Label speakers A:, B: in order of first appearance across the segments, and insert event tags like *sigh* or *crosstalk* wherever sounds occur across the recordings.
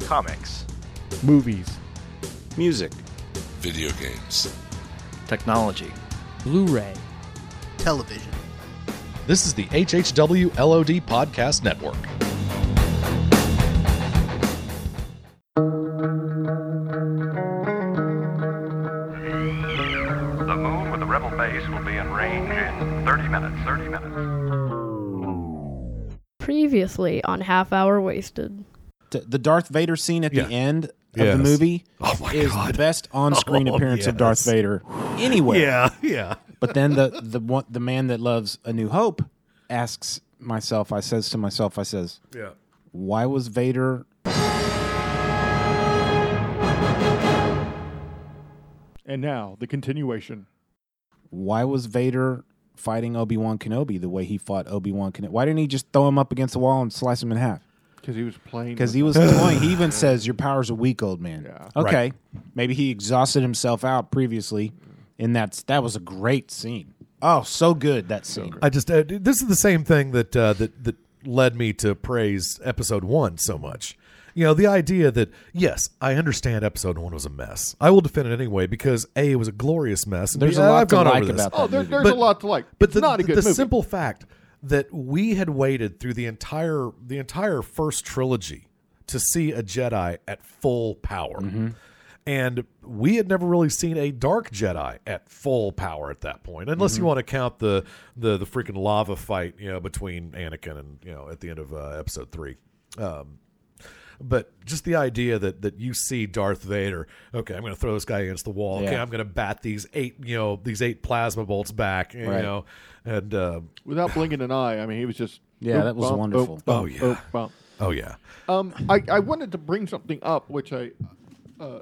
A: comics,
B: movies,
C: music,
D: video games.
E: technology.
F: Blu ray,
G: television.
H: This is the HHW LOD Podcast Network.
I: The moon with the rebel base will be in range in 30 minutes. 30 minutes.
J: Previously on Half Hour Wasted.
K: T- the Darth Vader scene at
C: Yeah.
K: the end of
C: Yes.
K: the movie
C: Oh my
K: is
C: God.
K: the best on-screen
C: *laughs* Oh,
K: appearance of Darth
C: yes.
K: Vader anywhere.
C: Yeah, yeah.
K: But then the the one, the man that loves A New Hope asks myself. I says to myself. I says,
C: Yeah.
K: why was Vader?
B: and now the continuation.
K: Why was Vader fighting Obi Wan Kenobi the way he fought Obi Wan Kenobi? Why didn't he just throw him up against the wall and slice him in half?
B: Because he was playing.
K: Because
B: with-
C: *sighs*
K: he was annoying. He even says, "Your powers are weak, old man."
B: Yeah.
K: Okay, maybe he exhausted himself out previously, and that's that was a great scene. Oh, so good that scene.
C: I just uh, this is the same thing that uh, that that led me to praise episode one so much. You know, the idea that yes, I understand episode one was a mess. I will defend it anyway because a it was a glorious mess. and
K: There's
C: B,
K: a lot
C: I've
K: to
C: gone
K: like
C: over this.
K: about that
B: Oh, there,
K: movie.
B: there's
C: But-
B: a lot to like.
C: But
B: It's
C: the,
B: not a
C: the-
B: good
C: the
B: movie.
C: simple fact that we had waited through the entire the entire first trilogy to see a Jedi at full power.
B: Mm-hmm.
C: And we had never really seen a dark Jedi at full power at that point, unless
B: Mm-hmm.
C: you want to count the the the freaking lava fight, you know, between Anakin and you know at the end of uh, Episode three. Um, but just the idea that that you see Darth Vader, okay, I'm going to throw this guy against the wall. Okay,
K: Yeah.
C: I'm going to bat these eight, you know, these eight plasma bolts back, you
K: Right.
C: know, and um,
B: Without blinking an eye, I mean, he was just.
K: Yeah,
B: oop,
K: that was
B: bump, oop,
K: wonderful.
B: bump,
C: Oh, yeah.
B: oop, bump.
C: oh yeah,
B: Um, I, I wanted to bring something up, which I, uh,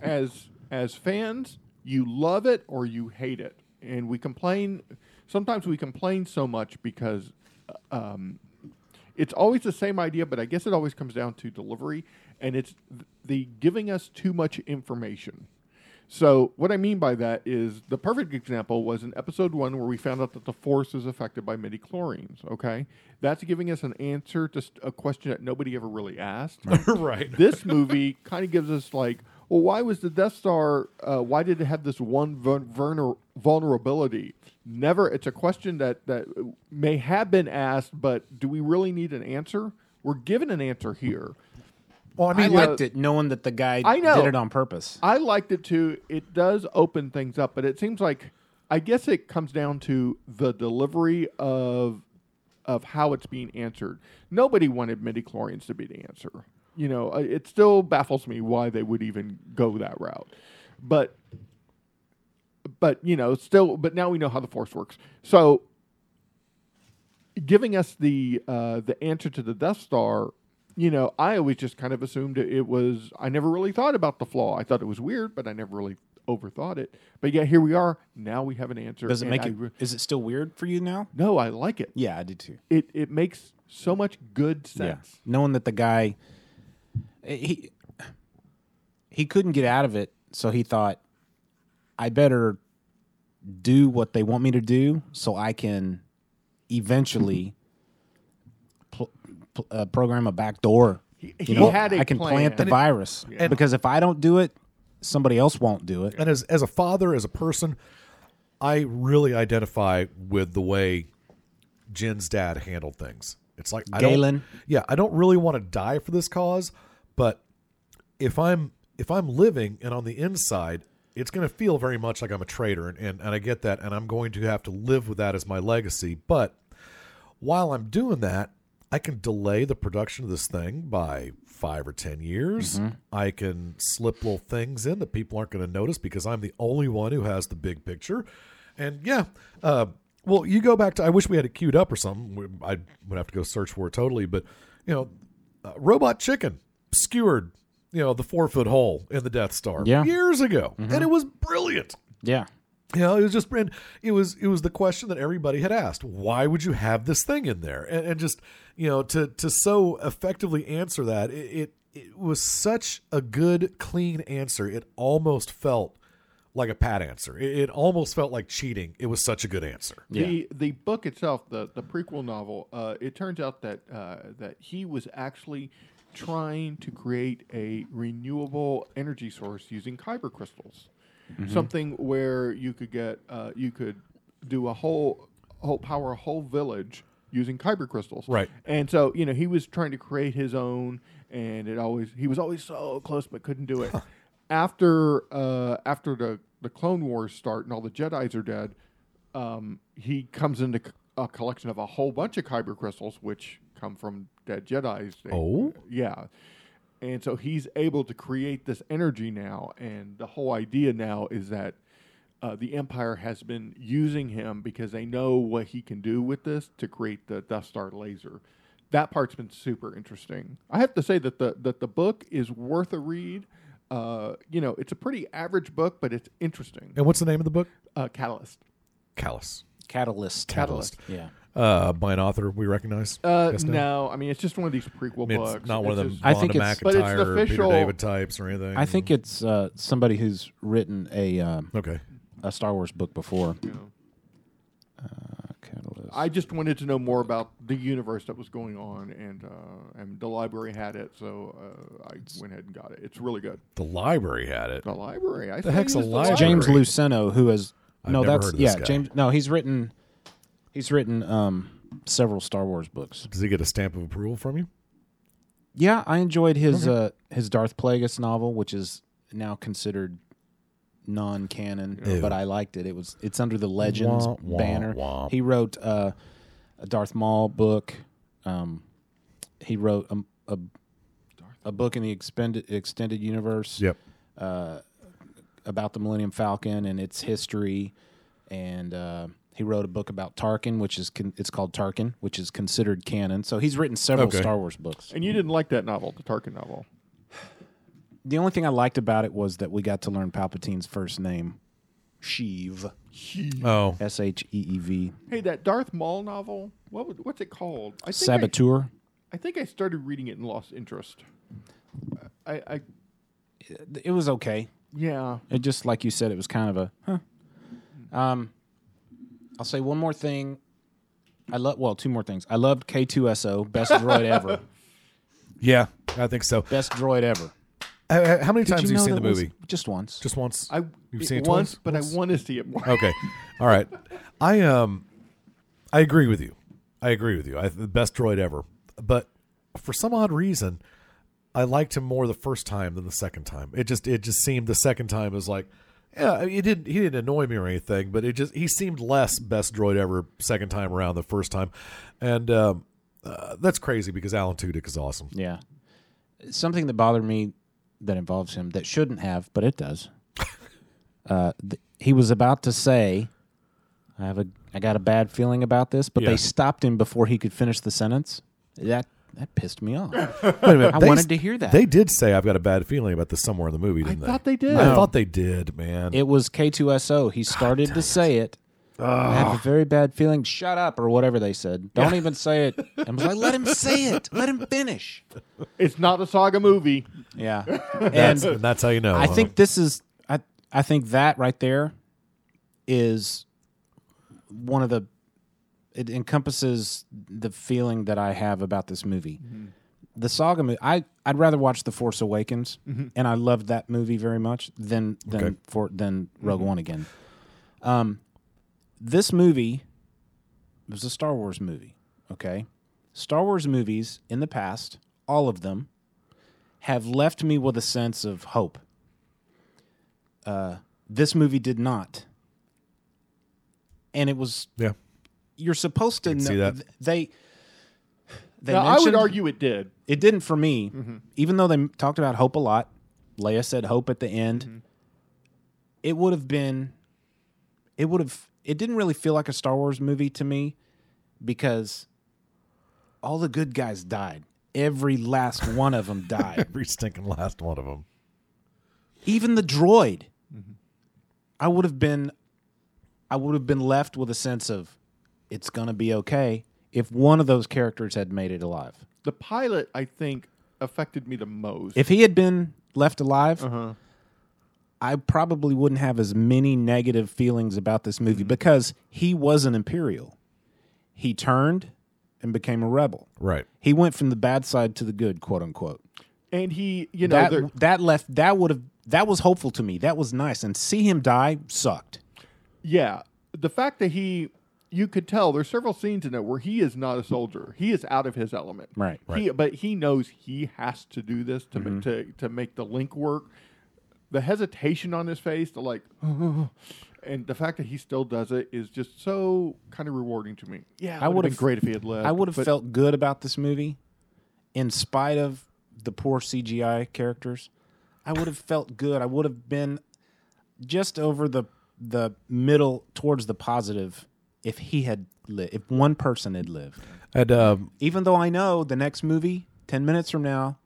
B: as as fans, you love it or you hate it, and we complain. Sometimes we complain so much because, um, it's always the same idea, but I guess it always comes down to delivery, and it's th- the giving us too much information. So what I mean by that is the perfect example was in episode one where we found out that the force is affected by midi chlorines. Okay, that's giving us an answer to st- a question that nobody ever really asked.
C: right.
B: this movie kind of gives us like, well, why was the Death Star? Uh, why did it have this one vul- vulner- vulnerability? Never. It's a question that that may have been asked, but do we really need an answer? We're given an answer here.
C: Well, I
K: I
C: mean,
B: like-
K: liked it knowing that the guy
B: I know.
K: did it on purpose.
B: I liked it too. It does open things up, but it seems like I guess it comes down to the delivery of of how it's being answered. Nobody wanted midichlorians to be the answer. You know, I- it still baffles me why they would even go that route. But but you know, still but now we know how the force works. So giving us the uh, the answer to the Death Star, you know, I always just kind of assumed it- it was. I never really thought about the flaw. I thought it was weird, but I never really overthought it. But yeah, here we are. Now we have an answer.
K: Does it
B: and
K: make
B: I
K: it?
B: re-
K: Is it still weird for you now?
B: no, I like it.
K: Yeah, I did too.
B: It it makes so much good sense.
K: knowing that the guy eh, he he couldn't get out of it, so he thought, I better do what they want me to do, so I can eventually pl- pl- uh, program a back door.
B: He,
K: You
B: he
K: know,
B: had a
K: I can
B: plan.
K: plant the
B: And it-
K: virus
B: Yeah.
K: because if I don't do it, somebody else won't do it.
C: and as as a father, as a person, I really identify with the way Jen's dad handled things. It's like I
K: Galen.
C: don't, yeah, I don't really want to die for this cause, but if I'm if I'm living and on the inside, it's going to feel very much like I'm a traitor, and, and and I get that, and I'm going to have to live with that as my legacy. But while I'm doing that, I can delay the production of this thing by five or ten years. I can slip little things in that people aren't going to notice because I'm the only one who has the big picture. And yeah, uh, well, you go back to I wish we had it queued up or something. We- I would have to go search for it totally, but you know, uh, Robot Chicken skewered you know the four foot hole in the Death Star
K: Yeah.
C: years ago, and it was brilliant.
K: Yeah,
C: You know, it was just and it was it was the question that everybody had asked. Why would you have this thing in there? And, and just you know, to to so effectively answer that, it, it it was such a good, clean answer. It almost felt like a pat answer. It, it almost felt like cheating. It was such a good answer.
B: The the book itself, the the prequel novel, uh, it turns out that uh, that he was actually trying to create a renewable energy source using kyber crystals, something where you could get uh, you could do a whole, whole power a whole village using kyber crystals.
C: Right.
B: And so, you know, he was trying to create his own, and it always he was always so close but couldn't do it. after uh, after the the Clone Wars start and all the Jedi's are dead, um, he comes into c- a collection of a whole bunch of kyber crystals, which come from dead Jedi's. They-
C: Oh?
B: yeah. And so he's able to create this energy now, and the whole idea now is that uh, the Empire has been using him because they know what he can do with this to create the Death Star laser. That part's been super interesting. I have to say that the that the book is worth a read. Uh, you know, it's a pretty average book, but it's interesting.
C: And what's the name of the book?
B: Uh, Catalyst.
C: Callus.
K: Catalyst.
C: Catalyst.
K: Yeah.
C: Uh, by an author we recognize.
B: Uh,
C: Yes,
B: no, I mean it's just one of these prequel
C: I mean,
B: books.
C: it's not one of them
B: just-
K: I think
C: Vonda
K: it's-
B: But it's the
C: McIntyre or
B: official-
C: Peter David types or anything.
K: I think it's uh, somebody who's written a um,
C: Okay.
K: a Star Wars book before.
B: you know.
K: Uh, Catalyst.
B: I just wanted to know more about the universe that was going on, and uh, and the library had it, so uh, I went ahead and got it. It's really good.
C: The library had it.
K: Oh.
B: The library. I
C: The heck's
B: say
C: a
B: use
C: library?
K: It's James
C: Library.
K: Luceno, who has
C: I've
K: no,
C: never
K: that's
C: heard of this
K: yeah,
C: guy.
K: James. No, he's written he's written um, several Star Wars books.
C: Does he get a stamp of approval from you?
K: Yeah, I enjoyed his uh, his Darth Plagueis novel, which is now considered non-canon,
C: Ew.
K: but I liked it. It was it's under the Legends
C: Wah, wah,
K: banner.
C: wah.
K: He wrote uh, a Darth Maul book. Um, he wrote a, a, a book in the expended, extended universe
C: Yep.
K: about the Millennium Falcon and its history, and uh, he wrote a book about Tarkin, which is con- it's called Tarkin, which is considered canon. So he's written several
C: Okay.
K: Star Wars books.
B: And you didn't like that novel, the Tarkin novel.
K: The only thing I liked about it was that we got to learn Palpatine's first name, Sheev,
C: Oh,
K: S H E E V,
B: Hey, that Darth Maul novel. What was, what's it called? I think I,
K: Saboteur.
B: I think I started reading it and lost interest. I, I
K: It was okay.
B: yeah.
K: It just like you said, it was kind of a. Huh. Um, I'll say one more thing. I love well, two more things. I loved K two S O, best droid ever, *laughs*
C: yeah. I think so.
K: best droid ever.
C: Uh, How many
K: Did
C: times have you
K: know
C: seen the
K: that was-
C: movie?
K: Just once.
C: Just once.
B: I
C: You've
B: it
C: seen it
B: once,
C: twice?
B: but I want to see it more.
C: Okay. All right. I um I agree with you. I agree with you. I the best droid ever. But for some odd reason, I liked him more the first time than the second time. It just it just seemed the second time was like yeah, I mean, it didn't he didn't annoy me or anything, but it just he seemed less best droid ever second time around the first time. And um uh, that's crazy because Alan Tudyk is awesome.
K: Yeah. Something that bothered me that involves him that shouldn't have, but
C: *laughs*
K: it does. uh, th- he was about to say, "I have a, I got a bad feeling about this," but
C: Yeah.
K: they stopped him before he could finish the sentence. That that pissed me off. I wanted to hear that.
C: They did say I've got a bad feeling about this somewhere in the movie,
B: I
C: didn't
B: thought they did.
C: I thought they did, man.
K: it was K2SO. He started to say it. I have a very bad feeling. Shut up, or whatever they said. Don't even say it. I was like, let him say it. Let him
C: *laughs*
K: finish.
B: It's not a saga movie.
K: Yeah.
C: that's,
K: And
C: and that's how you know.
K: I
C: huh?
K: think this is I I think that right there is one of the it encompasses the feeling that I have about this movie. The saga movie I I'd rather watch The Force Awakens and I loved that movie very much than than
C: Mm-hmm. Okay. Mm-hmm.
K: for than Rogue One again. Um this movie was a Star Wars movie, okay? Star Wars movies in the past, all of them have left me with a sense of hope. Uh, this movie did not, and it was
C: Yeah.
K: you're supposed to
C: can
K: know
C: see that.
K: th- they. They
B: Now, I
K: mentioned,
B: would argue Mm-hmm. it did.
K: it didn't for me, even though they m- talked about hope a lot. Leia said hope at the end.
B: Mm-hmm.
K: It would have been, it would have, it didn't really feel like a Star Wars movie to me because all the good guys died. Every last one of them
B: *laughs*
C: *laughs*
K: died.
C: Every stinking last one of them.
K: even the droid
B: Mm-hmm.
K: i would have been i would have been left with a sense of it's gonna be okay if one of those characters had made it alive
B: The pilot, I think, affected me the most.
K: if he had been left alive
B: Uh-huh.
K: i probably wouldn't have as many negative feelings about this
B: Mm-hmm.
K: movie because he was an imperial he turned and became a rebel
C: Right.
K: he went from the bad side to the good quote unquote
B: and he, you know, there-
K: that that left that would have that was hopeful to me. That was nice, and see him die sucked.
B: yeah, the fact that he, you could tell there's several scenes in it where he is not a soldier. He is out of his element.
K: Right, Mm-hmm.
B: He, but he knows he has to do this to ma- to to make the link work. The hesitation on his face, the like, *sighs* and the fact that he still does it is just so kind of rewarding to me. Yeah,
K: I
B: it would've
K: would've-
B: been great if he had
C: Uh,
B: left.
K: I would have
B: but-
K: felt good about this movie, in spite of the poor CGI characters. I would have felt good. I would have been just over the the middle towards the positive if he had lived. If one person had lived,
C: And um,
K: even though I know the next movie, ten minutes from now,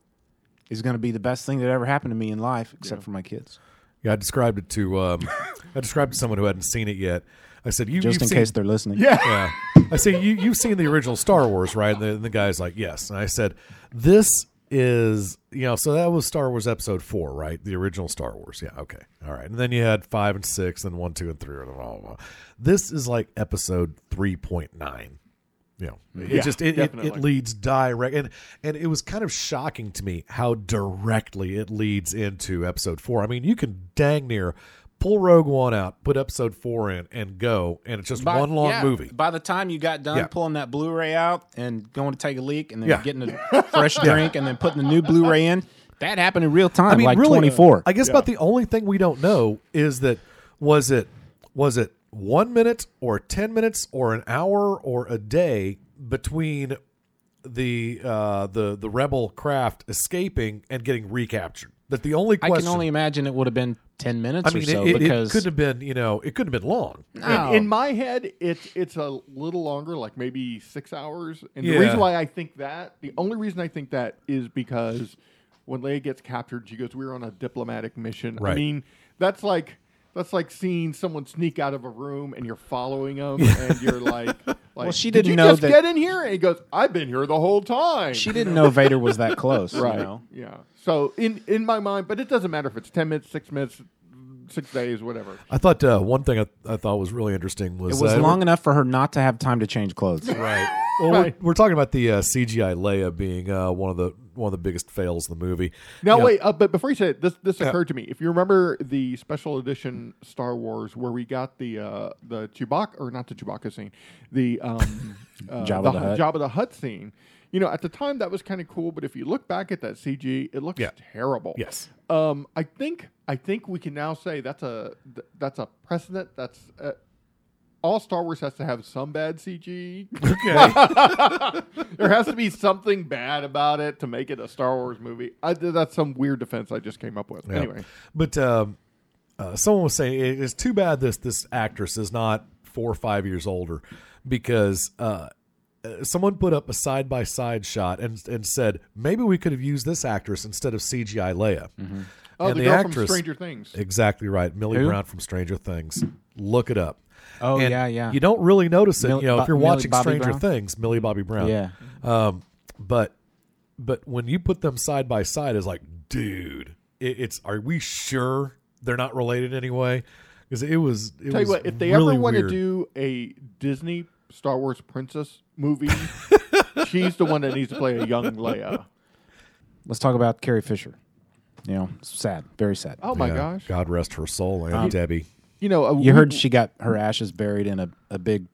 K: is going to be the best thing that ever happened to me in life, except for my kids.
C: yeah, I described it to um, *laughs* I described it to someone who hadn't seen it yet. I said, "You
K: Just
C: you've
K: in
C: seen-
K: case they're listening.
B: Yeah.
C: Yeah. I say you you've seen the original Star Wars, right? And the, and the guy's like, yes. And I said, this is you know, so that was Star Wars Episode Four, right? The original Star Wars. Yeah. Okay. All right. And then you had five and six, and one, two, and three, and blah, blah, blah. This is like Episode three point nine. You know, it
B: Yeah,
C: just it, it, it
B: definitely.
C: leads direct, and and it was kind of shocking to me how directly it leads into episode four. I mean, you can dang near pull Rogue One out, put episode four in, and go, and it's just
K: By-
C: one long
K: yeah,
C: movie.
K: By the time you got done
C: Yeah.
K: pulling that Blu-ray out and going to take a leak and then
C: Yeah.
K: getting
C: *laughs*
K: a fresh drink and then putting the new Blu-ray in, that happened in real time, like 24.
C: uh, I guess about the only thing we don't know is that was it was it one minute or ten minutes or an hour or a day between the uh, the the rebel craft escaping and getting recaptured. That the only
K: I
C: question.
K: can only imagine it would have been 10 minutes
C: I mean,
K: or so
C: it, it, it
K: because
C: couldn't have been you know it couldn't have been long.
K: No.
B: In my head, it's it's a little longer, like maybe six hours. And
C: Yeah.
B: the reason why I think that, the only reason I think that is because when Leia gets captured, she goes, "We were on a diplomatic mission."
C: Right.
B: I mean, that's like that's like seeing someone sneak out of a room and you're following them, and you're like,
K: *laughs*
B: like
K: Well, she
B: "Did
K: didn't
B: you
K: know
B: just
K: that-
B: get in here?" And he goes, "I've been here the whole time."
K: she didn't know Vader was that close.
B: right.
K: You know?
B: Yeah. So in in my mind, but it doesn't matter if it's ten minutes, six minutes, six days, whatever.
C: I thought uh, one thing I, I thought was really interesting
K: It
C: was
K: was
C: uh,
K: long enough for her not to have time to
C: *laughs*
K: change clothes.
C: Right. Well,
B: Right.
C: We're, we're talking about the uh, CGI Leia being uh, one of the one of the biggest fails in the movie.
B: Now
C: You know,
B: wait, uh, but before you say it, this this occurred to me. If you remember the special edition Star Wars where we got the uh, the Chewbacca or not the Chewbacca scene, the um,
K: *laughs*
B: uh,
K: Jabba the Hutt.
B: Jabba the Hutt scene. You know, at the time that was kind of cool, but if you look back at that CG, it looks
C: Yeah.
B: terrible.
C: Yes.
B: Um, I think I think we can now say that's a th- that's a precedent. That's uh, all Star Wars has to have some bad CG. *laughs*
C: Okay.
B: there has to be something bad about it to make it a Star Wars movie. I, that's some weird defense I just came up with.
C: Yeah.
B: Anyway,
C: but um, uh, someone was saying it is too bad this this actress is not four or five years older because uh, uh, someone put up a side by side shot and and said maybe we could have used this actress instead of CGI Leia.
B: oh,
C: and
B: the,
C: the,
B: girl from
C: actress,
B: Stranger Things.
C: exactly right, Millie
K: Mm-hmm. Who?
C: Brown from Stranger Things. Look it up.
K: Oh,
C: And
K: yeah, yeah.
C: You don't really notice it,
K: Mill-
C: you know, if
K: Bo-
C: you're
K: Millie
C: watching
K: Bobby
C: Stranger
K: Brown?
C: Things, Millie Bobby Brown.
K: Yeah.
C: Um, but but when you put them side by side, it's like, dude, it, it's are we sure they're not related anyway? Because it was. It
B: Tell you
C: was
B: what, if they
C: really
B: ever want to
C: weird.
B: do a Disney Star Wars princess
C: *laughs*
B: movie, she's the one that needs to play a young Leia.
K: Let's talk about Carrie Fisher. You know, sad, very sad.
B: Oh my
C: Yeah.
B: gosh! Um,
C: God rest her soul, and Debbie.
B: You know, uh,
K: You
B: we-
K: heard she got her ashes buried in a, a big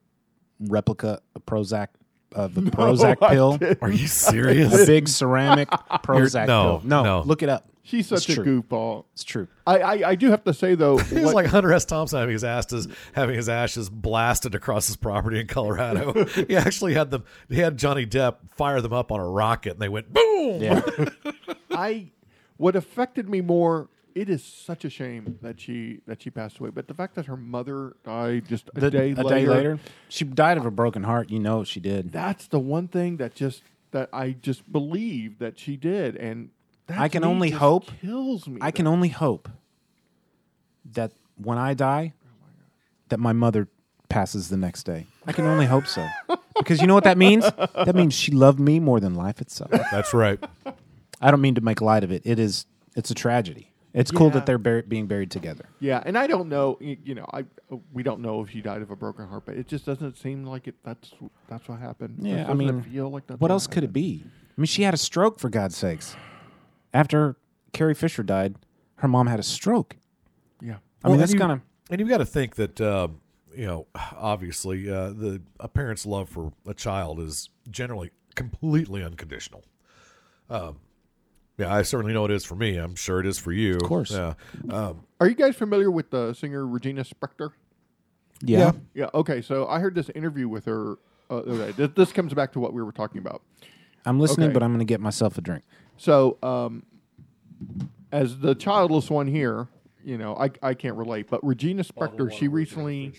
K: replica of Prozac of
B: *laughs*
K: the Prozac pill.
C: Are you
K: a
C: serious?
K: big ceramic Prozac
C: no,
K: pill. No,
C: no.
K: look it up.
B: she's
K: It's
B: such a
K: true.
B: goofball.
K: It's true.
B: I, I I do have to say though, *laughs*
C: It was
B: what-
C: like Hunter S. Thompson having his ashes having his ashes blasted across his property in
B: *laughs*
C: Colorado. he actually had them. He had Johnny Depp fire them up on a rocket, and they went boom.
K: Yeah,
B: I what affected me more. It is such a shame that she that she passed away, but the fact that her mother died just *laughs* a,
K: The-
B: day,
K: a
B: later,
K: day later, she died of a broken heart. You know she did.
B: that's the one thing that just that I just believe that she did, and that
K: I can
B: to me
K: only
B: just
K: hope-
B: kills me.
K: I can only hope that when I die, that my mother passes the next day. I can only
B: *laughs*
K: hope so, because you know what that means. That means she loved me more than life itself.
C: That's right.
K: I don't mean to make light of it. It is. It's a tragedy. It's cool
B: Yeah.
K: that they're bur- being buried together.
B: yeah, and I don't know, y- you know, I we don't know if she died of a broken heart, but it just doesn't seem like it. That's that's what happened. Just
K: Yeah, I
B: doesn't
K: mean,
B: feel like that's
K: what else could it be? I mean, she had a stroke for God's sakes. After Carrie Fisher died, her mom had a stroke.
B: Yeah.
K: I mean,
C: Well,
K: that's
C: and you-
K: kind of
C: And you've got to think that uh, you know, obviously, uh, the a parent's love for a child is generally completely unconditional. Um, yeah, I certainly know it is for me. I'm sure it is for you. Of
K: course.
C: Yeah. Um,
B: Are you guys familiar with the singer Regina Spektor?
K: yeah.
B: Yeah. Okay. So I heard this interview with her. Uh, okay, this, this comes back to what we were talking about.
K: I'm listening,
B: Okay.
K: but I'm going to get myself a drink.
B: So, um, as the childless one here, you know, I, I can't relate, but Regina Spektor, she recently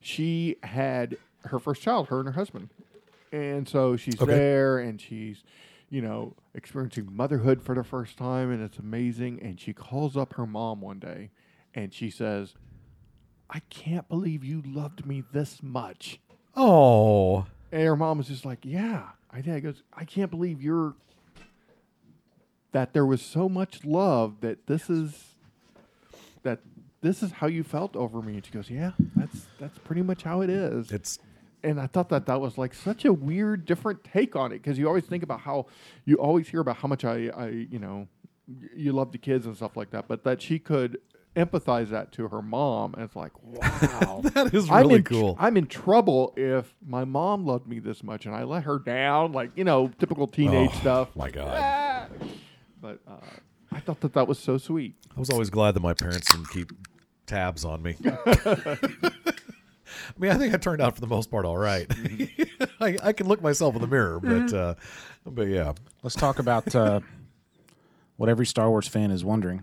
B: she had her first child, her and her husband, and so she's
C: Okay.
B: there and she's, you know, experiencing motherhood for the first time, and it's amazing. And she calls up her mom one day, and she says, "I can't believe you loved me this much."
C: Oh,
B: And her mom was just like, "Yeah, I did." Goes, "I can't believe you're that there was so much love that this is that this is how you felt over me." And she goes, "Yeah, that's that's pretty much how it is."
C: it's *laughs*
B: and I thought that that was like such a weird, different take on it because you always think about how you always hear about how much I, I, you know, y- you love the kids and stuff like that, but that she could empathize that to her mom, and it's like, wow,
C: that is
B: I'm
C: really
B: in tr-
C: cool.
B: I'm in trouble if my mom loved me this much and I let her down, like you know, typical teenage
C: Oh,
B: stuff.
C: My God.
B: But uh, I thought that that was so sweet.
C: I was always glad that my parents didn't keep tabs on me. *laughs* I mean, I think I turned out for the most part all right. *laughs* I, I can look myself in the mirror, but uh, but yeah,
K: Let's talk about uh, *laughs* what every Star Wars fan is wondering.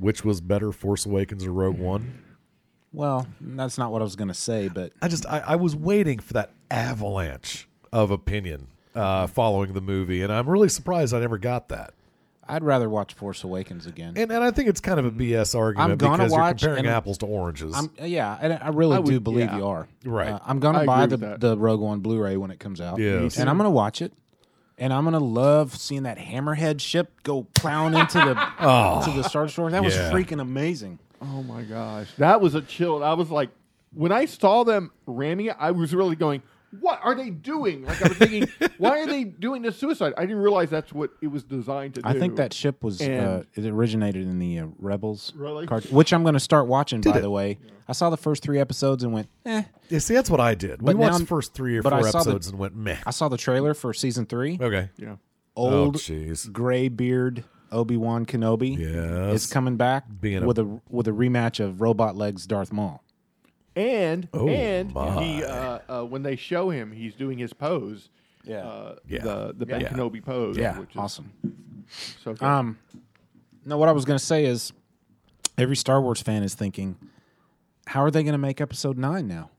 C: which was better, Force Awakens or Rogue One?
K: Well, that's not what I was going to say, but
C: I just I, I was waiting for that avalanche of opinion uh, following the movie, and I'm really surprised I never got that.
K: I'd rather watch Force Awakens again.
C: And and I think it's kind of a BS argument
K: Mm. gonna
C: because
K: watch
C: you're comparing
K: and-
C: apples to oranges.
K: I'm, uh, yeah, and I really
B: I would-
K: do believe
B: yeah.
K: you are.
C: Right.
K: Uh, I'm
B: I
K: gonna
B: agree
K: buy the
B: with that.
K: the Rogue One Blu-ray when it comes out.
C: Yes.
K: and I'm gonna watch it, and I'm gonna love seeing that hammerhead ship go plowing into the
C: Ah.
K: to the Star Destroyer. That was
C: Oh. yeah.
K: freaking amazing.
B: Oh my gosh, that was a chill. I was like, when I saw them ramming it, I was really going, "What are they doing?" Like I was
C: *laughs*
B: thinking, "Why are they doing this suicide?" I didn't realize that's what it was designed to do.
K: I think that ship was uh,
B: And-
K: it originated in the uh, Rebels,
B: Really?
K: cart- which I'm gonna start watching. by
C: it?
K: the way, I saw the first three episodes and went, eh.
C: yeah, see, that's what I did. We
K: But now
C: watched the
K: I'm-
C: first three or
K: but I
C: four
K: saw the-
C: episodes and went meh.
K: I saw the trailer for season three.
C: Okay.
B: yeah.
K: Old
C: oh, jeez.
K: gray beard Obi Wan Kenobi
C: Yes.
K: is coming back
C: Being a-
K: with a, with a rematch of Robot Legs Darth Maul.
B: And
C: Oh,
B: and
C: my.
B: he uh, uh, when they show him, he's doing his pose.
K: Yeah.
B: Uh,
C: Yeah.
B: The the Ben
C: Yeah.
B: Kenobi pose.
K: yeah,
B: which is
K: awesome.
B: So good.
K: Um, no, what I was going to say is, every Star Wars fan is thinking, how are they going to make Episode Nine now?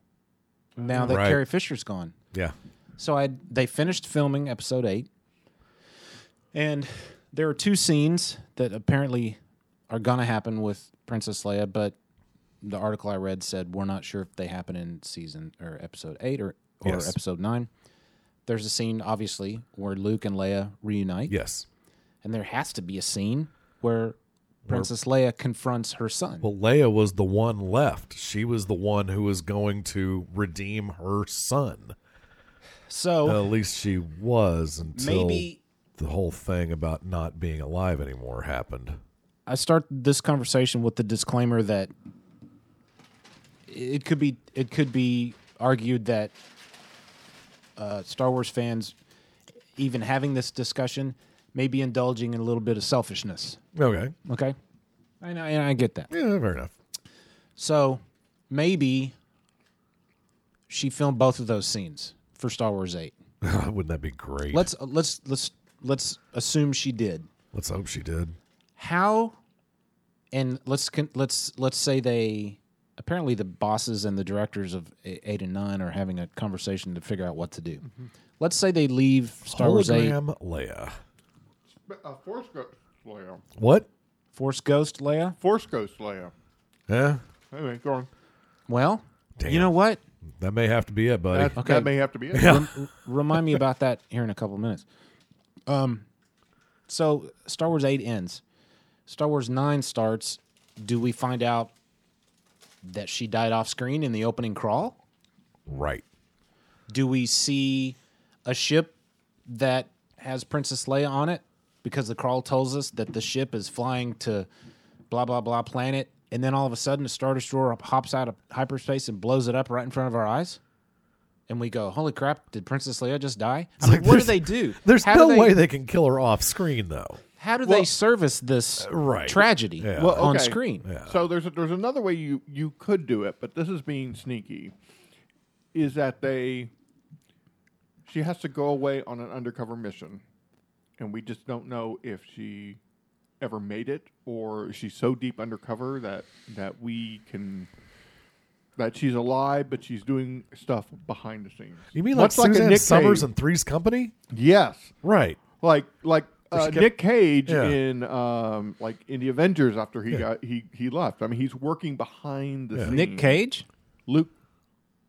K: Now that
C: Right.
K: Carrie Fisher's gone,
C: Yeah.
K: so I they finished filming Episode Eight, and there are two scenes that apparently are going to happen with Princess Leia, but the article I read said we're not sure if they happen in season or Episode Eight or or
C: Yes.
K: Episode Nine. There's a scene, obviously, where Luke and Leia reunite.
C: Yes.
K: And there has to be a scene where Princess Leia confronts her son.
C: Well, Leia was the one left. She was the one who was going to redeem her son.
K: so
B: Oh.
C: At least she was until
K: maybe
C: the whole thing about not being alive anymore happened.
K: I start this conversation with the disclaimer that it could be it could be argued that uh, Star Wars fans, even having this discussion, may be indulging in a little bit of selfishness.
C: Okay.
K: Okay, and I, and I get that.
C: Yeah, fair enough. *clears throat*
K: So maybe she filmed both of those scenes for Star Wars Eight.
C: Wouldn't that be great?
K: let's uh, let's let's let's assume she did
C: Let's hope she did.
K: how and let's con- let's let's say they apparently the bosses and the directors of A- 8 and 9 are having a conversation to figure out what to do let's say they leave star wars 8
C: Hologram Leia.
B: But, uh, Force Ghost Leia.
C: What?
K: force ghost leia
B: Force Ghost Leia.
C: Yeah.
B: Anyway, go on.
K: well
C: Damn.
K: you know what
C: That may have to be it, buddy.
B: That,
K: Okay.
B: that may have to be it.
C: Yeah.
K: Rem- remind me about that here in a couple of minutes. Um, so Star Wars eight ends, Star Wars nine starts. Do we find out that she died off screen in the opening crawl?
C: right.
K: Do we see a ship that has Princess Leia on it because the crawl tells us that the ship is flying to blah blah blah planet, and then all of a sudden a star destroyer hops out of hyperspace and blows it up right in front of our eyes, and we go, "Holy crap! Did Princess Leia just die?" I mean,
C: like
K: what do
C: there's-
K: they do?
C: *laughs* There's
K: How do
C: no
K: they-
C: way they can kill her off screen though.
K: How do
B: Well-
K: they service this
C: uh, right.
K: tragedy
C: Yeah.
B: Well,
K: on
B: okay.
K: screen?
B: So there's a, there's another way you you could do it, but this is being sneaky. Is that they? She has to go away on an undercover mission, and we just don't know if she ever made it or she's so deep undercover that that we can that she's alive, but she's doing stuff behind the scenes.
C: You mean like
B: Much a
C: Suzanne
B: Nick
C: Summers
B: Cage.
C: and Three's Company?
B: yes,
C: Right.
B: like like uh,
C: she kept-
B: Nick Cage
C: Yeah.
B: in um, like in the Avengers after he got he he left. I mean, he's working behind the scenes.
K: Nick Cage,
B: Luke,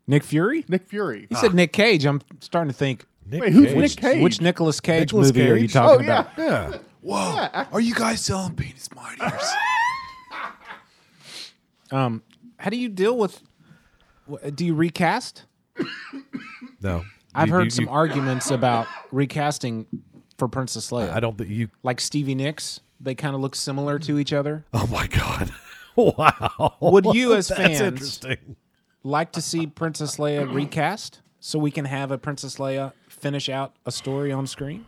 K: Nick Fury.
B: Nick Fury.
K: You said Nick Cage. I'm starting to think
C: Nick
B: Wait, who's
C: Cage.
B: Ah. Nick Cage?
K: which Nicolas Cage
C: Nicolas
K: movie are you
C: Cage?
B: Oh
K: talking
B: yeah,
K: about?
C: Yeah.
D: Whoa.
B: Yeah.
D: Are you guys selling
B: *laughs*
D: penis mightiers?
K: Um, how do you deal with? wh- Do you recast?
C: No.
K: I've
C: You-
K: heard
C: you-
K: some
C: you-
K: arguments about recasting for Princess Leia.
C: I don't think you.
K: like Stevie Nicks. They kind of look similar to each other.
C: Oh my god. *laughs* wow.
K: Would you,
C: *laughs*
K: as
C: That's
K: fans-
C: interesting.
K: Like to see Princess Leia recast so we can have a Princess Leia finish out a story on screen.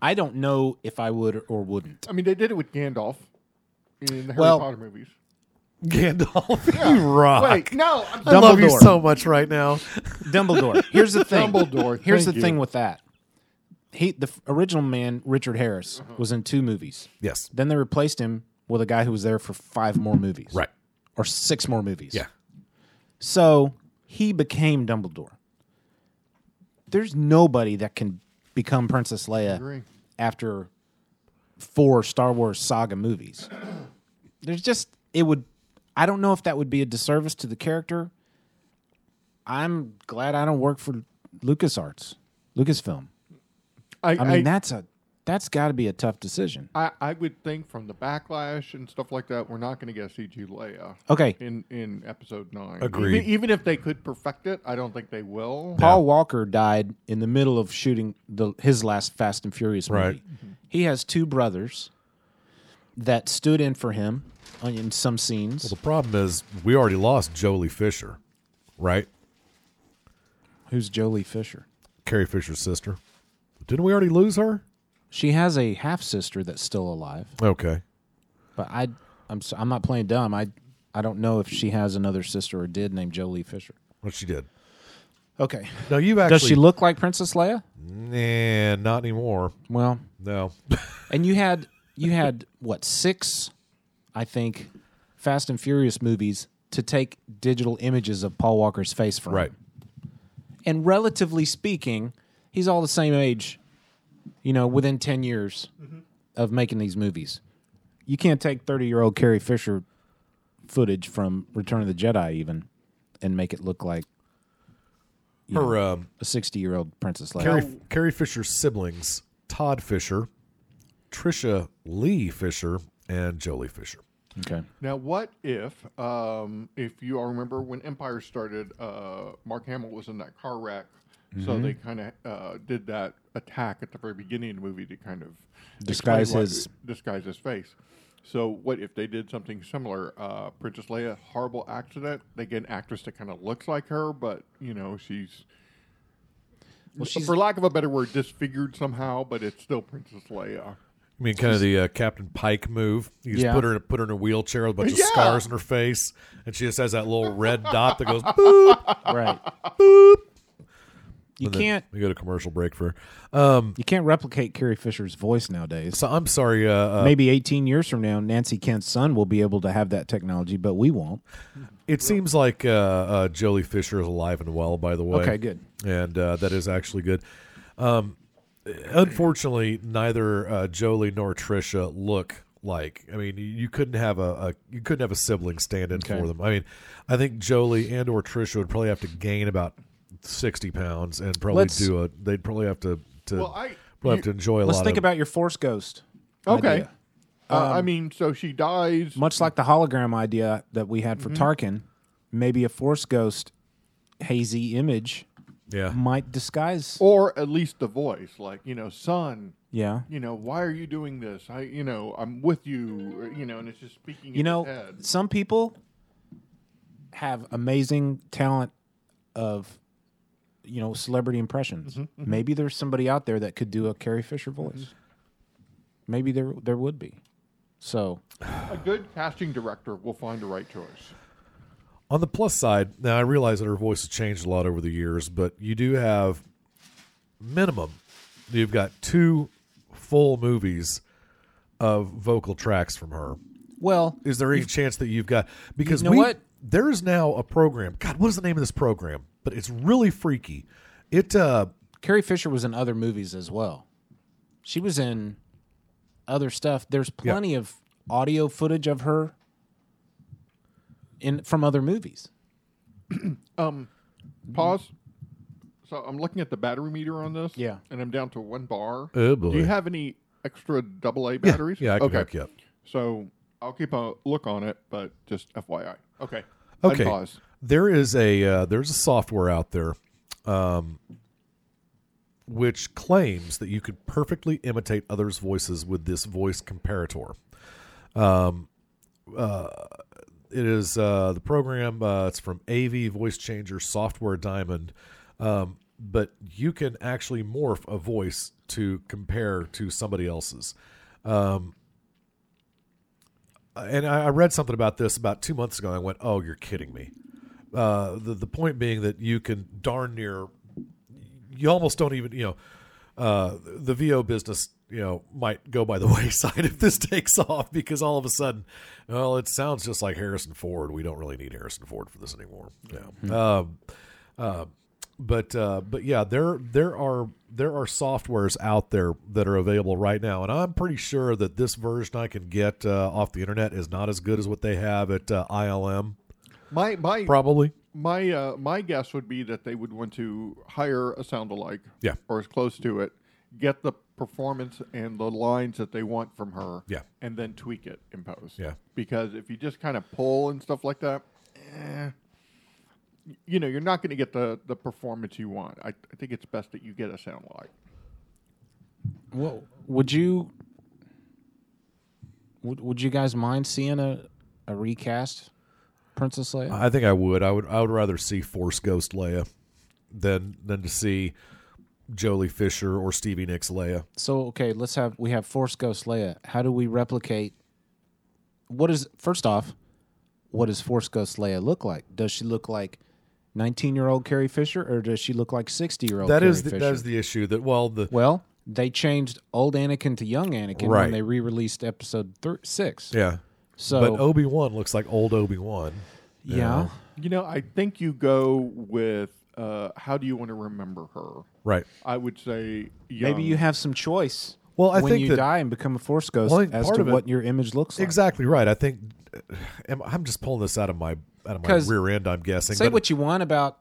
K: I don't know if I would or wouldn't.
B: I mean, they did it with Gandalf in the Harry
K: Well-
B: Potter movies.
C: Gandalf, *laughs* you rock.
B: Wait, no, I'm
C: I
B: sorry.
C: love you
K: Dumbledore.
C: so much right now.
K: *laughs* Dumbledore. Here's the thing.
B: Dumbledore,
K: Here's
B: thank
K: the
B: you.
K: thing with that. He the f- original man Richard Harris
C: Uh-huh.
K: was in two movies.
C: *laughs* Yes.
K: Then they replaced him with a guy who was there for five more movies.
C: Right.
K: Or six more movies.
C: Yeah.
K: So he became Dumbledore. There's nobody that can become Princess Leia
B: agree.
K: after four Star Wars saga movies. There's just it would I don't know if that would be a disservice to the character. I'm glad I don't work for LucasArts, Lucasfilm.
B: I,
K: I mean
B: I-
K: that's a that's got to be a tough decision.
B: I, I would think from the backlash and stuff like that, we're not going to get CG Leia
K: Okay,
B: in in Episode Nine.
C: Agreed.
B: Even, even if they could perfect it, I don't think they will.
K: Paul Walker died in the middle of shooting the his last Fast and Furious movie. Mm-hmm.
C: Right.
K: He has two brothers that stood in for him on- in some scenes.
C: The problem is we already lost Jolie Fisher, right?
K: Who's Jolie Fisher?
C: Carrie Fisher's sister. Didn't we already lose her?
K: She has a half sister that's still alive,
C: Okay.
K: but I I'm so- I'm not playing dumb. I I don't know if she has another sister or did named Jolie Fisher.
C: Well, she did.
K: Okay.
C: No, you've actually.
K: Does she look like Princess Leia?
C: Nah, not anymore.
K: Well,
C: No.
K: And you had you had what six, I think, Fast and Furious movies to take digital images of Paul Walker's face
C: *laughs*
K: from.
C: right.
K: And relatively speaking, he's all the same age. You know, within ten years
C: Mm-hmm.
K: of making these movies, you can't take thirty-year-old Carrie Fisher footage from Return of the Jedi even, and make it look like
C: Her um,
K: a sixty-year-old Princess Leia.
C: Carrie, Carrie Fisher's siblings, Todd Fisher, Trisha Lee Fisher, and Jolie Fisher.
K: okay.
B: Now, what if, um, if you all remember when Empire started, uh, Mark Hamill was in that car wreck, so
K: Mm-hmm.
B: they kind of uh, did that attack at the very beginning of the movie to kind of
K: Disguise
B: explain what-
K: his-
B: disguise his face. So, what if they did something similar? Uh, Princess Leia, horrible accident. They get an actress that kind of looks like her, but you know she's.
K: she's-
B: for lack of a better word, disfigured somehow, but it's still Princess Leia.
C: I mean, kind of the uh, Captain Pike move. You just
K: Yeah.
C: put her in, put her in a wheelchair with a bunch of
B: Yeah.
C: scars in her face, and she just has that little red dot that goes. Boop.
K: Right. You
C: And then
K: *laughs* can't
C: We go to commercial break for.
K: you can't replicate Carrie Fisher's voice nowadays.
C: So I'm sorry. Uh, uh,
K: Maybe 18 years from now, Nancy Kent's son will be able to have that technology, but we won't.
C: it seems like uh, uh, Jolie Fisher is alive and well. By the way.
K: Okay, good.
C: And uh, that is actually good. Um, unfortunately, neither uh, Jolie nor Trisha look like. I mean, you couldn't have a, a you couldn't have a sibling stand in for them. I mean, I think Jolie and or Trisha would probably have to gain about sixty pounds and probably
K: Let's-
C: do a. They'd probably have to to
B: Well, I-
C: probably have to enjoy a
K: Let's
C: lot.
K: think
C: of,
K: about your Force Ghost.
B: Okay.
K: idea. Um,
B: Uh, I mean, so she dies.
K: Much like the hologram
C: Mm-hmm.
K: idea that we had for Tarkin, maybe a Force Ghost hazy image
C: Yeah.
K: might disguise.
B: or at least the voice, like you know, son,
K: Yeah.
B: you know, why are you doing this? I, you know, I'm with you, or, you know, and it's just speaking.
K: You
B: in
K: know,
B: his head.
K: some people have amazing talent of you know celebrity impressions.
C: Mm-hmm,
K: Maybe there's somebody out there that could do a Carrie Fisher voice.
C: Mm-hmm.
K: Maybe there there would be. So
B: a good casting director will find the right choice.
C: On the plus side, now I realize that her voice has changed a lot over the years, but you do have minimum. You've got two full movies of vocal tracks from her.
K: well,
C: Is there any chance that you've got because
K: know
C: we-
K: what?
C: there is now a program. God, what is the name of this program? But it's really freaky. It uh
K: Carrie Fisher was in other movies as well. She was in other stuff. There's plenty of audio footage of her in from other movies.
B: Pause. So I'm looking at the battery meter on this.
K: Yeah.
B: and I'm down to one bar. Do
C: Oh, boy.
B: you have any extra double A batteries?
C: yeah, I can
B: okay.
C: hook you up.
B: So I'll keep a look on it, but just FYI. Okay.
C: Okay.
B: Unpause.
C: There is a uh, there's a software out there, um, which claims that you could perfectly imitate others' voices with this voice comparator. Um, uh, it is uh, the program. Uh, it's from AV Voice Changer Software Diamond, um, but you can actually morph a voice to compare to somebody else's Um, and I, I read something about this about two months ago. And I went, "Oh, you're kidding me." Uh, the the point being that you can darn near, you almost don't even you know, uh, the VO business you know might go by the *laughs* wayside if this takes off because all of a sudden, well, it sounds just like Harrison Ford. We don't really need Harrison Ford for this anymore. Yeah. Um, uh, but uh, but yeah, there there are there are softwares out there that are available right now, and I'm pretty sure that this version I can get uh, off the internet is not as good as what they have at uh, ILM.
B: My my
C: Probably.
B: my uh, my guess would be that they would want to hire a sound alike.
C: Yeah.
B: Or as close to it, get the performance and the lines that they want from her.
C: Yeah.
B: And then tweak it in post.
C: Yeah.
B: Because if you just kind of pull and stuff like that, eh, you know, you're not going to get the the performance you want. I, I think it's best that you get a sound alike.
K: Well, would you would, would you guys mind seeing a, a recast Princess Leia?
C: I think I would. I would. I would rather see Force Ghost Leia than than to see Jolie Fisher or Stevie Nicks Leia.
K: so okay, let's have we have Force Ghost Leia. How do we replicate what is first off, what does Force Ghost Leia look like? Does she look like 19-year-old Carrie Fisher or does she look like 60-year-old
C: That
K: Oh, Carrie
C: is the,
K: Fisher?
C: that is the issue. That well the
K: well, they changed old Anakin to young Anakin
C: Right.
K: when they re-released episode thir 6.
C: yeah.
K: So
C: but oh, Obi Wan looks like old Obi Wan.
K: yeah.
B: You know, I think you go with uh, how do you want to remember her?
C: Right.
B: I would say
K: Maybe
B: young.
K: you have some choice.
C: Well, I
K: when
C: think
K: you
C: that-
K: die and become a force ghost
C: Well, I think
K: as
C: part
K: to
C: of it-
K: what your image looks like.
C: Exactly right. I think am- I'm just pulling this out of my out of my
K: 'Cause-
C: rear end. I'm guessing.
K: Say
C: but-
K: what you want about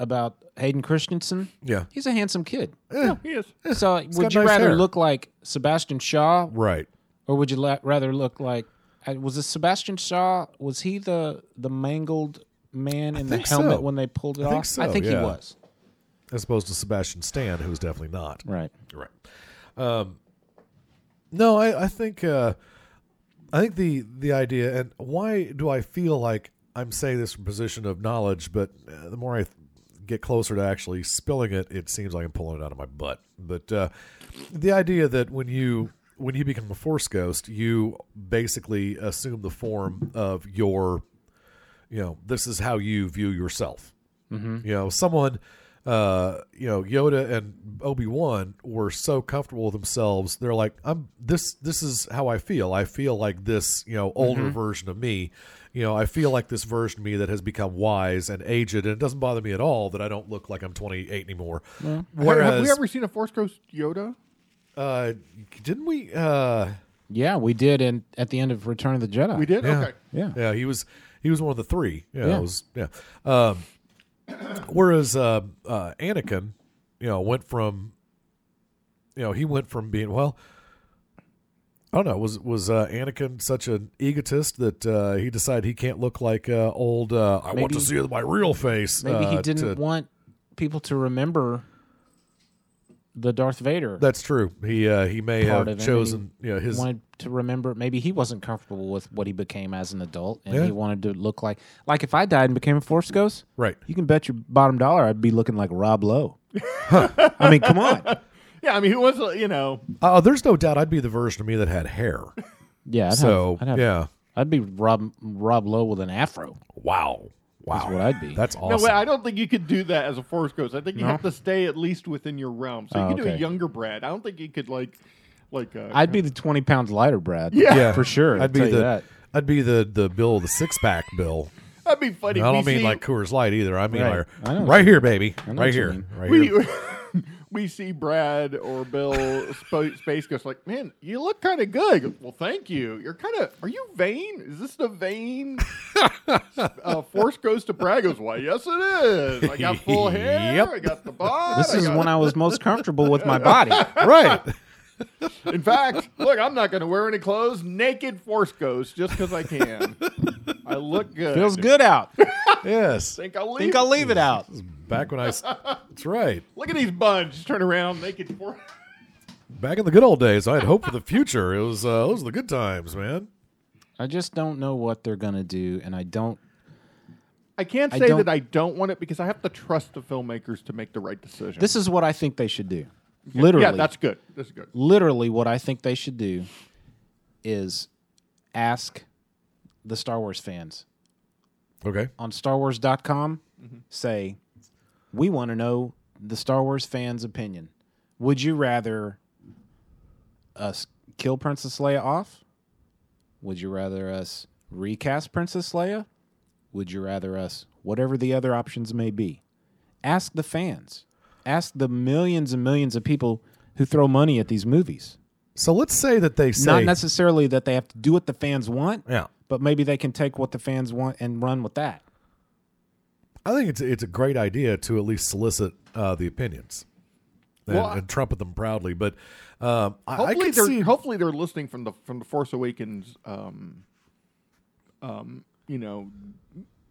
K: about Hayden Christensen.
C: Yeah.
K: He's a handsome kid.
B: Yeah, he is.
K: So
C: got
K: would you
C: nice
K: rather
C: hair.
K: look like Sebastian Shaw
C: Right.
K: or would you la- rather look like uh, was this Sebastian Shaw was he the the mangled man in the
C: think
K: helmet
C: so.
K: when they pulled it
C: I
K: off?
C: think so,
K: I think
C: yeah.
K: he was.
C: As opposed to Sebastian Stan, who's definitely not.
K: Right.
C: Right. Um, no, I, I think uh, I think the the idea and why do I feel like I'm saying this from a position of knowledge, but uh, the more I get closer to actually spilling it, it seems like I'm pulling it out of my butt. But uh, the idea that when you when you become a force ghost, you basically assume the form of your you know this is how you view yourself you know someone uh you know yoda and obi-wan were so comfortable with themselves they're like i'm this this is how i feel i feel like this you know older version of me you know i feel like this version of me that has become wise and aged and it doesn't bother me at all that i don't look like i'm 28 anymore
B: Have-
C: whereas
B: have we ever seen a Force Ghost Yoda?
C: uh didn't we uh
K: Yeah, we did in at the end of Return of the Jedi.
B: We did.
C: Yeah.
B: Okay.
K: Yeah.
C: Yeah, he was he was one of the three. Yeah,
K: Yeah.
C: it was yeah. Um, whereas uh, uh, Anakin, you know, went from you know he went from being well. I don't know. Was was uh, Anakin such an egotist that uh, he decided he can't look like uh, old? Uh, I want to
K: Maybe-
C: see my real face.
K: Maybe
C: uh,
K: he didn't
C: to-
K: want people to remember the Darth Vader
C: That's true. He uh, he may have
K: part of him.
C: chosen
K: He
C: you know, his
K: wanted to remember. Maybe he wasn't comfortable with what he became as an adult, and
C: Yeah.
K: he wanted to look like like if I died and became a Force Ghost,
C: right.
K: you can bet your bottom dollar I'd be looking like Rob Lowe. I mean,
C: *laughs*
K: come on,
B: Yeah, I mean, who wants to, you know?
C: Uh, there's no doubt I'd be the version of me that had hair.
K: yeah. I'd
C: So
K: have, I'd have-
C: yeah,
K: I'd be Rob Rob Lowe with an afro.
C: wow, wow,
K: what I'd be.
C: That's
B: No,
C: awesome.
B: wait, I don't think you could do that as a forest ghost. I think you have to stay at least within your realm. So
K: Oh,
B: you could do a
K: okay.
B: younger Brad. I don't think you could like, like. Uh,
K: I'd be the twenty pounds lighter, Brad.
B: Yeah.
C: yeah,
K: for sure. I'll
C: I'd be
K: tell
C: the
K: you that.
C: I'd be the the bill the six pack bill.
B: that'd be funny.
C: I don't
B: We
C: mean
B: see-
C: like Coors Light either. I mean
K: Right.
C: like
K: I know what
C: right
K: you
C: here, baby,
K: know
C: right
K: what you
C: here,
K: mean.
B: *laughs*
C: right
B: we *laughs*
C: here.
B: we see Brad or Bill Sp- Space Ghost like, man, you look kind of good. He goes, Well, thank you. You're kind of. Are you vain? Is this the
C: *laughs*
B: vain? uh, Force Ghost to Brad goes, why? Yes, it is. I got full hair.
C: Yep.
B: I got the bod.
K: This
B: I
K: is
B: got-
K: when I was most comfortable with my body.
C: right.
B: In fact, look, I'm not going to wear any clothes. Naked Force Ghost just because I can. I look good.
K: Feels good out.
C: Yes.
B: Think I'll leave.
K: Think I'll leave it out.
C: Back when
B: *laughs*
C: I. s- That's right.
B: Look at these buns. Just turn around. Naked Force.
C: Back in the good old days, I had hope for the future. It was uh, those were the good times, man.
K: I just don't know what they're gonna do, and I don't.
B: I can't
K: I
B: say
K: don't-
B: that I don't want it because I have to trust the filmmakers to make the right decision.
K: This is what I think they should do. Literally,
B: yeah, that's good. That's good.
K: literally what I think they should do is ask the Star Wars fans
C: Okay.
K: on StarWars.com.
C: Mm-hmm.
K: Say, we want to know the Star Wars fans' opinion. Would you rather us kill Princess Leia off? Would you rather us recast Princess Leia? Would you rather us whatever the other options may be? Ask the fans. Ask the millions and millions of people who throw money at these movies.
C: So let's say that they say.
K: Not necessarily that they have to do what the fans want,
C: yeah.
K: but maybe they can take what the fans want and run with that.
C: I think it's it's a great idea to at least solicit uh, the opinions and,
B: Well, I-
C: and trumpet them proudly. But um, I, I
B: Hopefully,
C: can
B: they're
C: see
B: hopefully they're listening from the from the Force Awakens. Um, um, you know,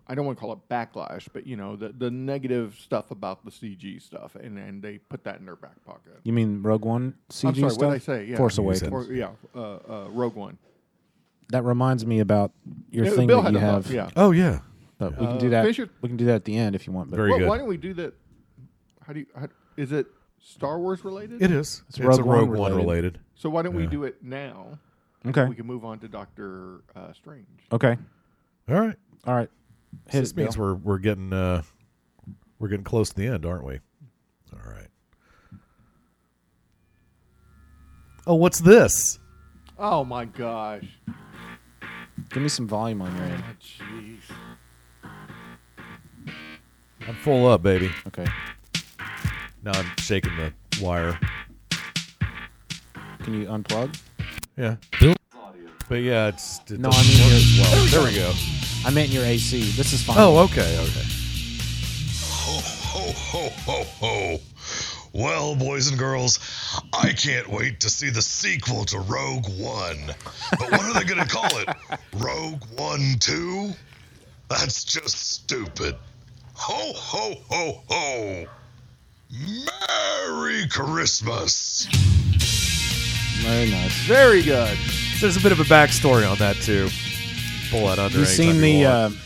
B: I don't want to call it backlash, but you know the the negative stuff about the CG stuff, and and they put that in their back pocket.
K: You mean Rogue One CG
B: I'm sorry,
K: stuff?
B: what did I say? Yeah.
K: Force
B: You
K: Awakens.
B: Or, yeah, uh, uh, Rogue One.
K: That reminds me about your
B: Yeah,
K: thing
B: Bill had
K: that you
B: a thought,
K: have.
B: Yeah. Uh,
C: Oh yeah.
K: But we can do that.
B: finish your-
K: We can do that at the end if you want. But
C: Very
B: Well,
C: good.
B: why don't we do that? How do you? How, is it Star Wars related?
C: It is. It's,
K: Rogue
C: a
K: One
C: Rogue One
K: related.
C: related.
B: So why don't we do it now?
K: okay.
B: We can move on to Doctor uh, Strange.
K: Okay.
C: All right.
K: All right. Hit
C: this
K: it,
C: means
K: Bill.
C: we're we're getting uh, we're getting close to the end, aren't we? All right. Oh, what's this?
B: Oh my gosh!
K: Give me some volume on your end.
B: Jeez.
C: I'm full up, baby.
K: Okay.
C: Now I'm shaking the wire.
K: Can you unplug?
C: Yeah. But yeah, it's it
K: No,
C: doesn't
K: I mean
C: work
K: your-
C: as well. There we go.
K: I meant your AC. This is fine.
C: Oh, okay, okay.
A: Ho, ho, ho, ho. Well, boys and girls, I can't wait to see the sequel to Rogue One. But what are they going to call it? Rogue One 2? That's just stupid. Ho, ho, ho, ho. Merry Christmas.
K: very nice.
B: Very good.
C: There's a bit of a backstory on that too. Pull that under.
K: You
C: anytime
K: seen
C: you
K: the
C: want.
K: uh,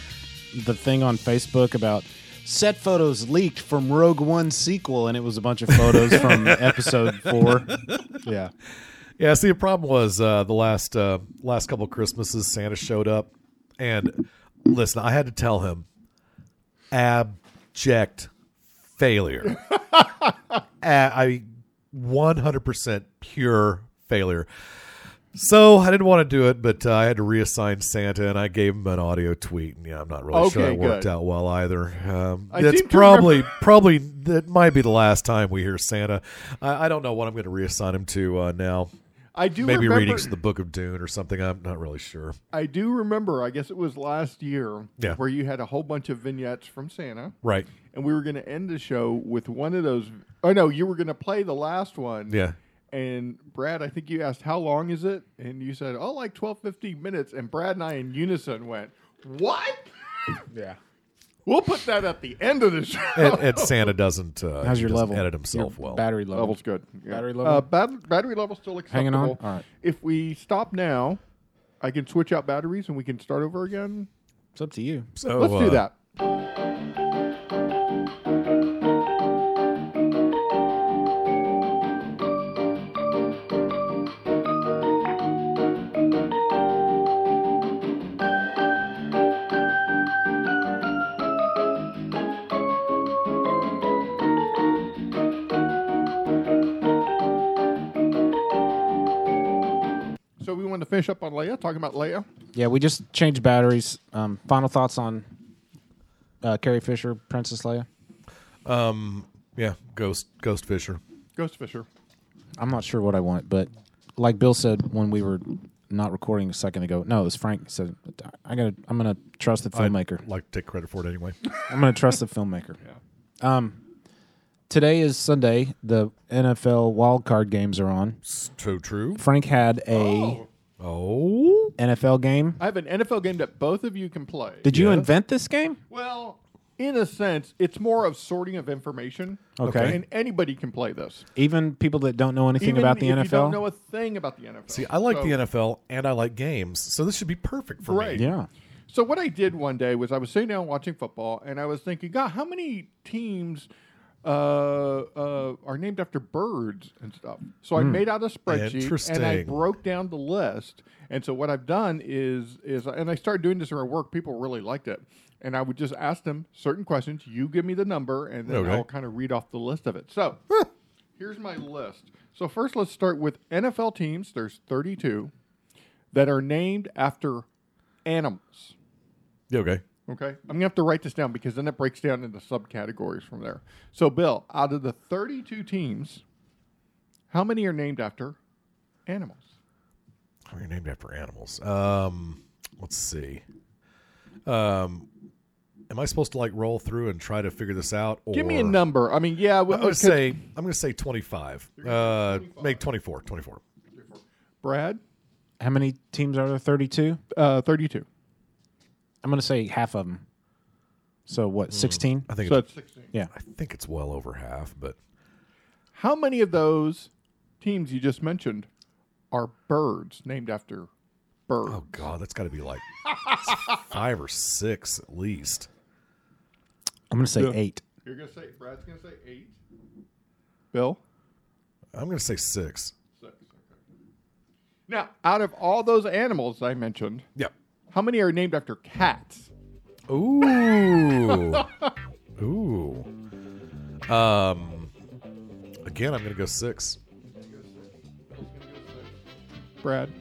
K: the thing on Facebook about set photos leaked from Rogue One sequel, and it was a bunch of photos
C: *laughs*
K: from Episode Four. Yeah.
C: Yeah, see, the problem was uh, the last uh, last couple Christmases, Santa showed up, and listen, I had to tell him abject
B: *laughs*
C: failure. A- I one hundred percent pure failure. So I didn't want to do it, but uh, I had to reassign Santa, and I gave him an audio tweet. And yeah, I'm not really sure
B: Okay,
C: it worked
B: good.
C: out well either. Um,
B: I
C: that's
B: seem to
C: probably probably that might be the last time we hear Santa. I, I don't know what I'm going to reassign him to uh, now
B: I do
C: maybe
B: remember,
C: readings of the Book of Dune or something. I'm not really sure.
B: I do remember. I guess it was last year
C: Yeah.
B: where you had a whole bunch of vignettes from Santa,
C: Right.
B: and we were going to end the show with one of those. Oh no, you were going to play the last one.
C: Yeah.
B: And Brad, I think you asked how long is it, and you said, "Oh, like 12, 15 minutes." And Brad and I in unison went, "What?"
K: Yeah.
B: We'll put that at the end of the show.
C: Ed, Ed Santa doesn't. Uh,
K: How's
C: he
K: your
C: doesn't
K: level?
C: Edit himself
K: Your
C: well.
K: Battery level.
B: *laughs* Level's good. Yeah.
K: Battery level?
B: Uh, bat- battery level still acceptable.
K: Hanging on? All right.
B: If we stop now, I can switch out batteries and we can start over again.
K: It's up to you.
C: So
B: Let's
C: uh,
B: do that. So we want to finish up on Leia, talking about Leia.
K: Yeah, we just changed batteries. Um, final thoughts on uh, Carrie Fisher, Princess Leia.
C: Yeah, Ghost Ghost Fisher.
B: Ghost Fisher.
K: I'm not sure what I want, but like Bill said when we were not recording a second ago, no, it was Frank said I gotta I'm gonna trust the filmmaker.
C: I'd like to take credit for
B: *laughs*
C: it anyway.
K: I'm gonna trust the filmmaker. *laughs* Yeah. Um today is Sunday. The NFL wild card games are on.
C: so true.
K: Frank had a
C: Oh,
K: NFL game.
B: I have an NFL game that both of you can play.
K: Did you invent this game?
B: Well, in a sense, it's more of sorting of information.
K: Okay.
B: And anybody can play this.
K: Even people that don't know anything
B: Even
K: about the
B: if
K: NFL.
B: You don't know a thing about the NFL.
C: see, I like
B: so,
C: the NFL and I like games, so this should be perfect for
B: Great.
C: me.
K: yeah.
B: So what I did one day was I was sitting down watching football, and I was thinking, God, how many teams uh, uh, are named after birds and stuff? So I made out a spreadsheet and I
C: Hmm. Interesting.
B: broke down the list. And so what I've done is is and I started doing this in my work. People really liked it, and I would just ask them certain questions. You give me the number, and then
C: Okay.
B: I'll kind of read off the list of it.
C: *laughs*
B: So here's my list. So first, let's start with NFL teams. There's 32 that are named after animals.
C: Yeah, okay.
B: Okay. I'm going to have to write this down because then it breaks down into subcategories from there. So, Bill, out of the 32 teams, how many are named after animals?
C: How are you named after animals? Um, let's see. Um, am I supposed to like roll through and try to figure this out? Or
B: Give me a number. I mean, yeah. uh,
C: I'm
B: Well,
C: gonna
B: okay.
C: say I'm gonna say 25. Uh, make 24. 24.
B: Brad,
K: How many teams are there? Thirty two?
B: uh, 32.
K: I'm gonna say half of them. So
B: Hmm.
K: what? Sixteen?
C: I think
B: So
C: it's,
B: that's 16.
K: Yeah.
C: I think it's well over half, but
B: How many of those teams you just mentioned are birds named after birds?
C: oh god, that's got to be like five or six at least.
K: I'm gonna say eight.
B: You're going to say, Brad's going to say eight. Bill?
C: I'm gonna say six.
B: Six. Okay. Now, out of all those animals I mentioned,
C: Yep.
B: how many are named after cats?
C: Ooh. Ooh. Um. Again, I'm gonna go six.
B: Brad.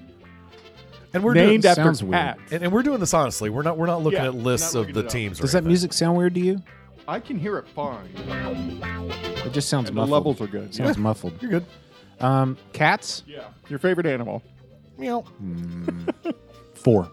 C: And we're doing,
B: named
K: doing-
B: after
K: sounds weird.
B: cats.
C: and, and we're doing this honestly. We're not we're not looking
B: Yeah,
C: at lists
B: not
C: of
B: looking
C: the
B: it up.
C: teams. Or
K: Does that
C: anything.
K: music sound weird to you?
B: I can hear it fine.
K: It just sounds
B: And the
K: muffled.
B: levels are good. *laughs*
K: Sounds muffled.
C: You're good.
K: Um, cats.
B: Yeah. Your favorite animal?
C: Meow.
K: Four.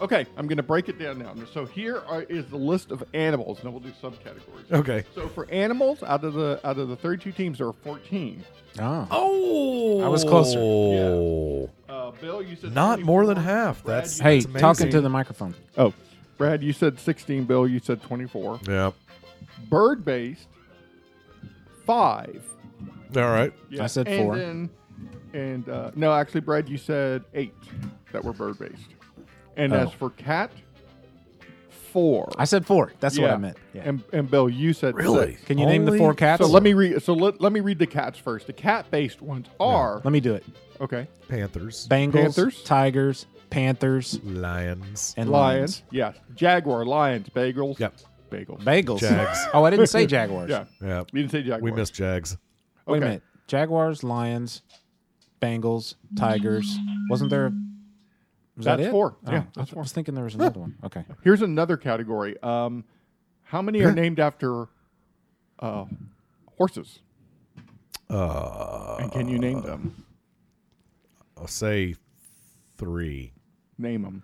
B: Okay, I'm going to break it down now. So here are, is the list of animals, and then we'll do subcategories.
C: Okay.
B: So for animals, out of the out of the 32 teams, there are 14.
K: Oh.
C: Oh,
K: I was closer.
B: Uh, Bill, you said
C: Not more than
B: 24.
C: half.
B: Brad,
C: That's-
B: you-
K: Hey,
C: amazing.
K: talking to the microphone.
B: oh, Brad, you said 16. Bill, you said 24.
C: Yeah.
B: Bird based, five.
C: All right.
B: Yeah.
K: I said
B: and
K: four.
B: Then, and uh, no, actually, Brad, you said eight that were bird based. And
K: Oh.
B: as for cat, four.
K: I said four. That's what I meant. Yeah.
B: And and Bill, you said
C: Really?
B: six.
K: Can you name the
C: Only-
K: four cats?
B: So let me read. So let, let me read the cats first. The cat based ones are
K: Let me do it.
B: okay.
C: Panthers,
K: Bengals,
B: Panthers.
K: Tigers, Panthers,
C: Lions,
K: and
B: Lions, yes. Jaguar, lions, bagels.
C: Yep.
B: Bagels.
K: Bagels.
C: Jags.
K: oh, I didn't say
B: *laughs*
K: Jaguars.
B: yeah.
C: yeah.
B: You didn't say jaguar.
C: We missed Jags.
K: Wait
B: Okay.
K: a minute. Jaguars, Lions, Bengals, Tigers. Wasn't there? Was that
B: That's
K: it?
B: four.
K: Oh,
B: Yeah,
K: I
B: that's
K: was- I was thinking there was another one. Okay.
B: Here's another category. Um, how many are named after uh, horses?
C: Uh,
B: And can you name them?
C: I'll say three.
B: Name them.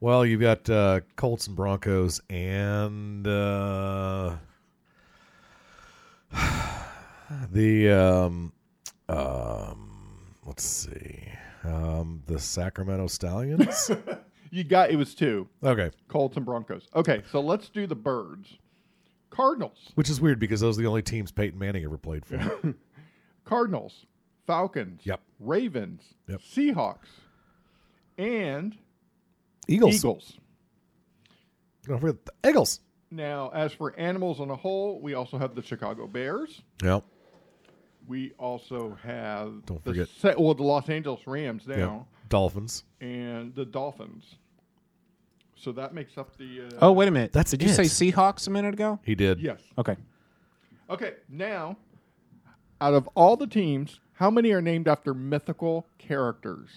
C: Well, you've got uh, Colts and Broncos, and uh, *sighs* the um, um, let's see, um, the Sacramento Stallions.
B: You got it was two.
C: Okay,
B: Colts and Broncos. Okay, so let's do the birds. Cardinals,
C: which is weird because those are the only teams Peyton Manning ever played for.
B: Cardinals, Falcons,
C: Yep.
B: Ravens,
C: Yep.
B: Seahawks, and
C: Eagles.
B: Eagles.
C: Don't forget the Eagles.
B: Now, as for animals on a whole, we also have the Chicago Bears.
C: Yep.
B: We also have
C: Don't
B: the
C: forget.
B: Sa- well the Los Angeles Rams
C: Yep.
B: now
C: Dolphins.
B: and the Dolphins. So that makes up the uh,
K: Oh, wait a minute.
C: That's
K: Did you
C: it.
K: say Seahawks a minute ago?
C: He did.
B: yes.
K: Okay.
B: Okay, now, out of all the teams, how many are named after mythical characters?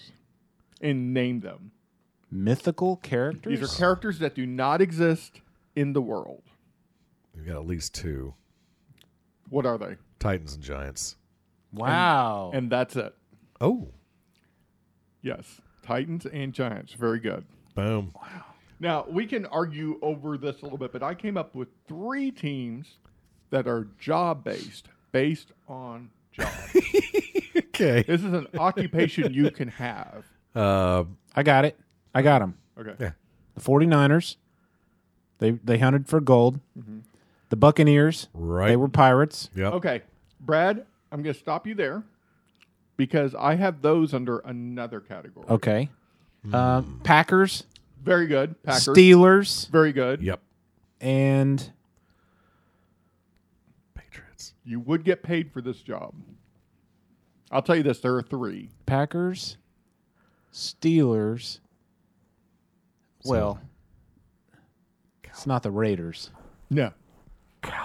B: And name them.
K: Mythical characters?
B: These are characters that do not exist in the world.
C: We've got at least two
B: What are they?
C: Titans and Giants.
K: wow.
B: And that's it.
C: Oh,
B: Yes, Titans and Giants. Very good.
C: boom.
B: Now, we can argue over this a little bit, but I came up with three teams that are job based, based on job.
C: Okay.
B: this is an occupation you can have.
C: Uh,
K: I got it. I got them.
B: Okay.
C: Yeah.
K: The 49ers, they, they hunted for gold.
B: Mm-hmm.
K: The Buccaneers,
C: Right.
K: they were pirates.
C: yep.
B: Okay, Brad, I'm going to stop you there because I have those under another category.
K: Okay.
C: Hmm.
K: Um, Packers,
B: Very good. Packers.
K: Steelers,
B: Very good.
C: Yep.
K: and
C: Patriots.
B: You would get paid for this job. I'll tell you this there are three.
K: Packers, Steelers. Well, it's not the Raiders.
B: No.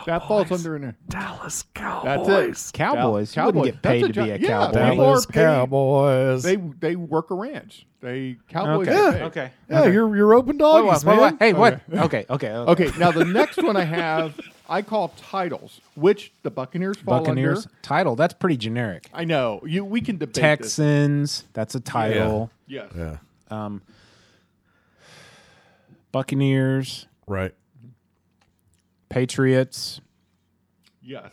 B: That falls under an
C: Dallas Cowboys.
B: That's it.
K: Cowboys.
B: Cow-
K: You wouldn't
B: Cowboys.
K: get paid
B: That's
K: to be
B: a
K: a
B: jo- yeah,
K: cowboy.
B: that
K: People
C: Dallas
B: are paid-
C: Cowboys.
B: They they work a ranch. They cowboys.
K: Okay.
B: get paid.
K: Okay.
C: yeah, you're you're open
K: Whoa,
C: doggies,
K: whoa, whoa,
C: man.
K: whoa. Hey, what? Okay. Okay. Okay.
B: Okay, now the next one I have I call titles, which the Buccaneers fall
K: Buccaneers
B: under.
K: title. That's pretty generic.
B: I know. You we can debate this.
K: Texans. That's a title.
B: Yes.
C: Yeah.
K: Um, Buccaneers.
C: Right.
K: Patriots.
B: Yes.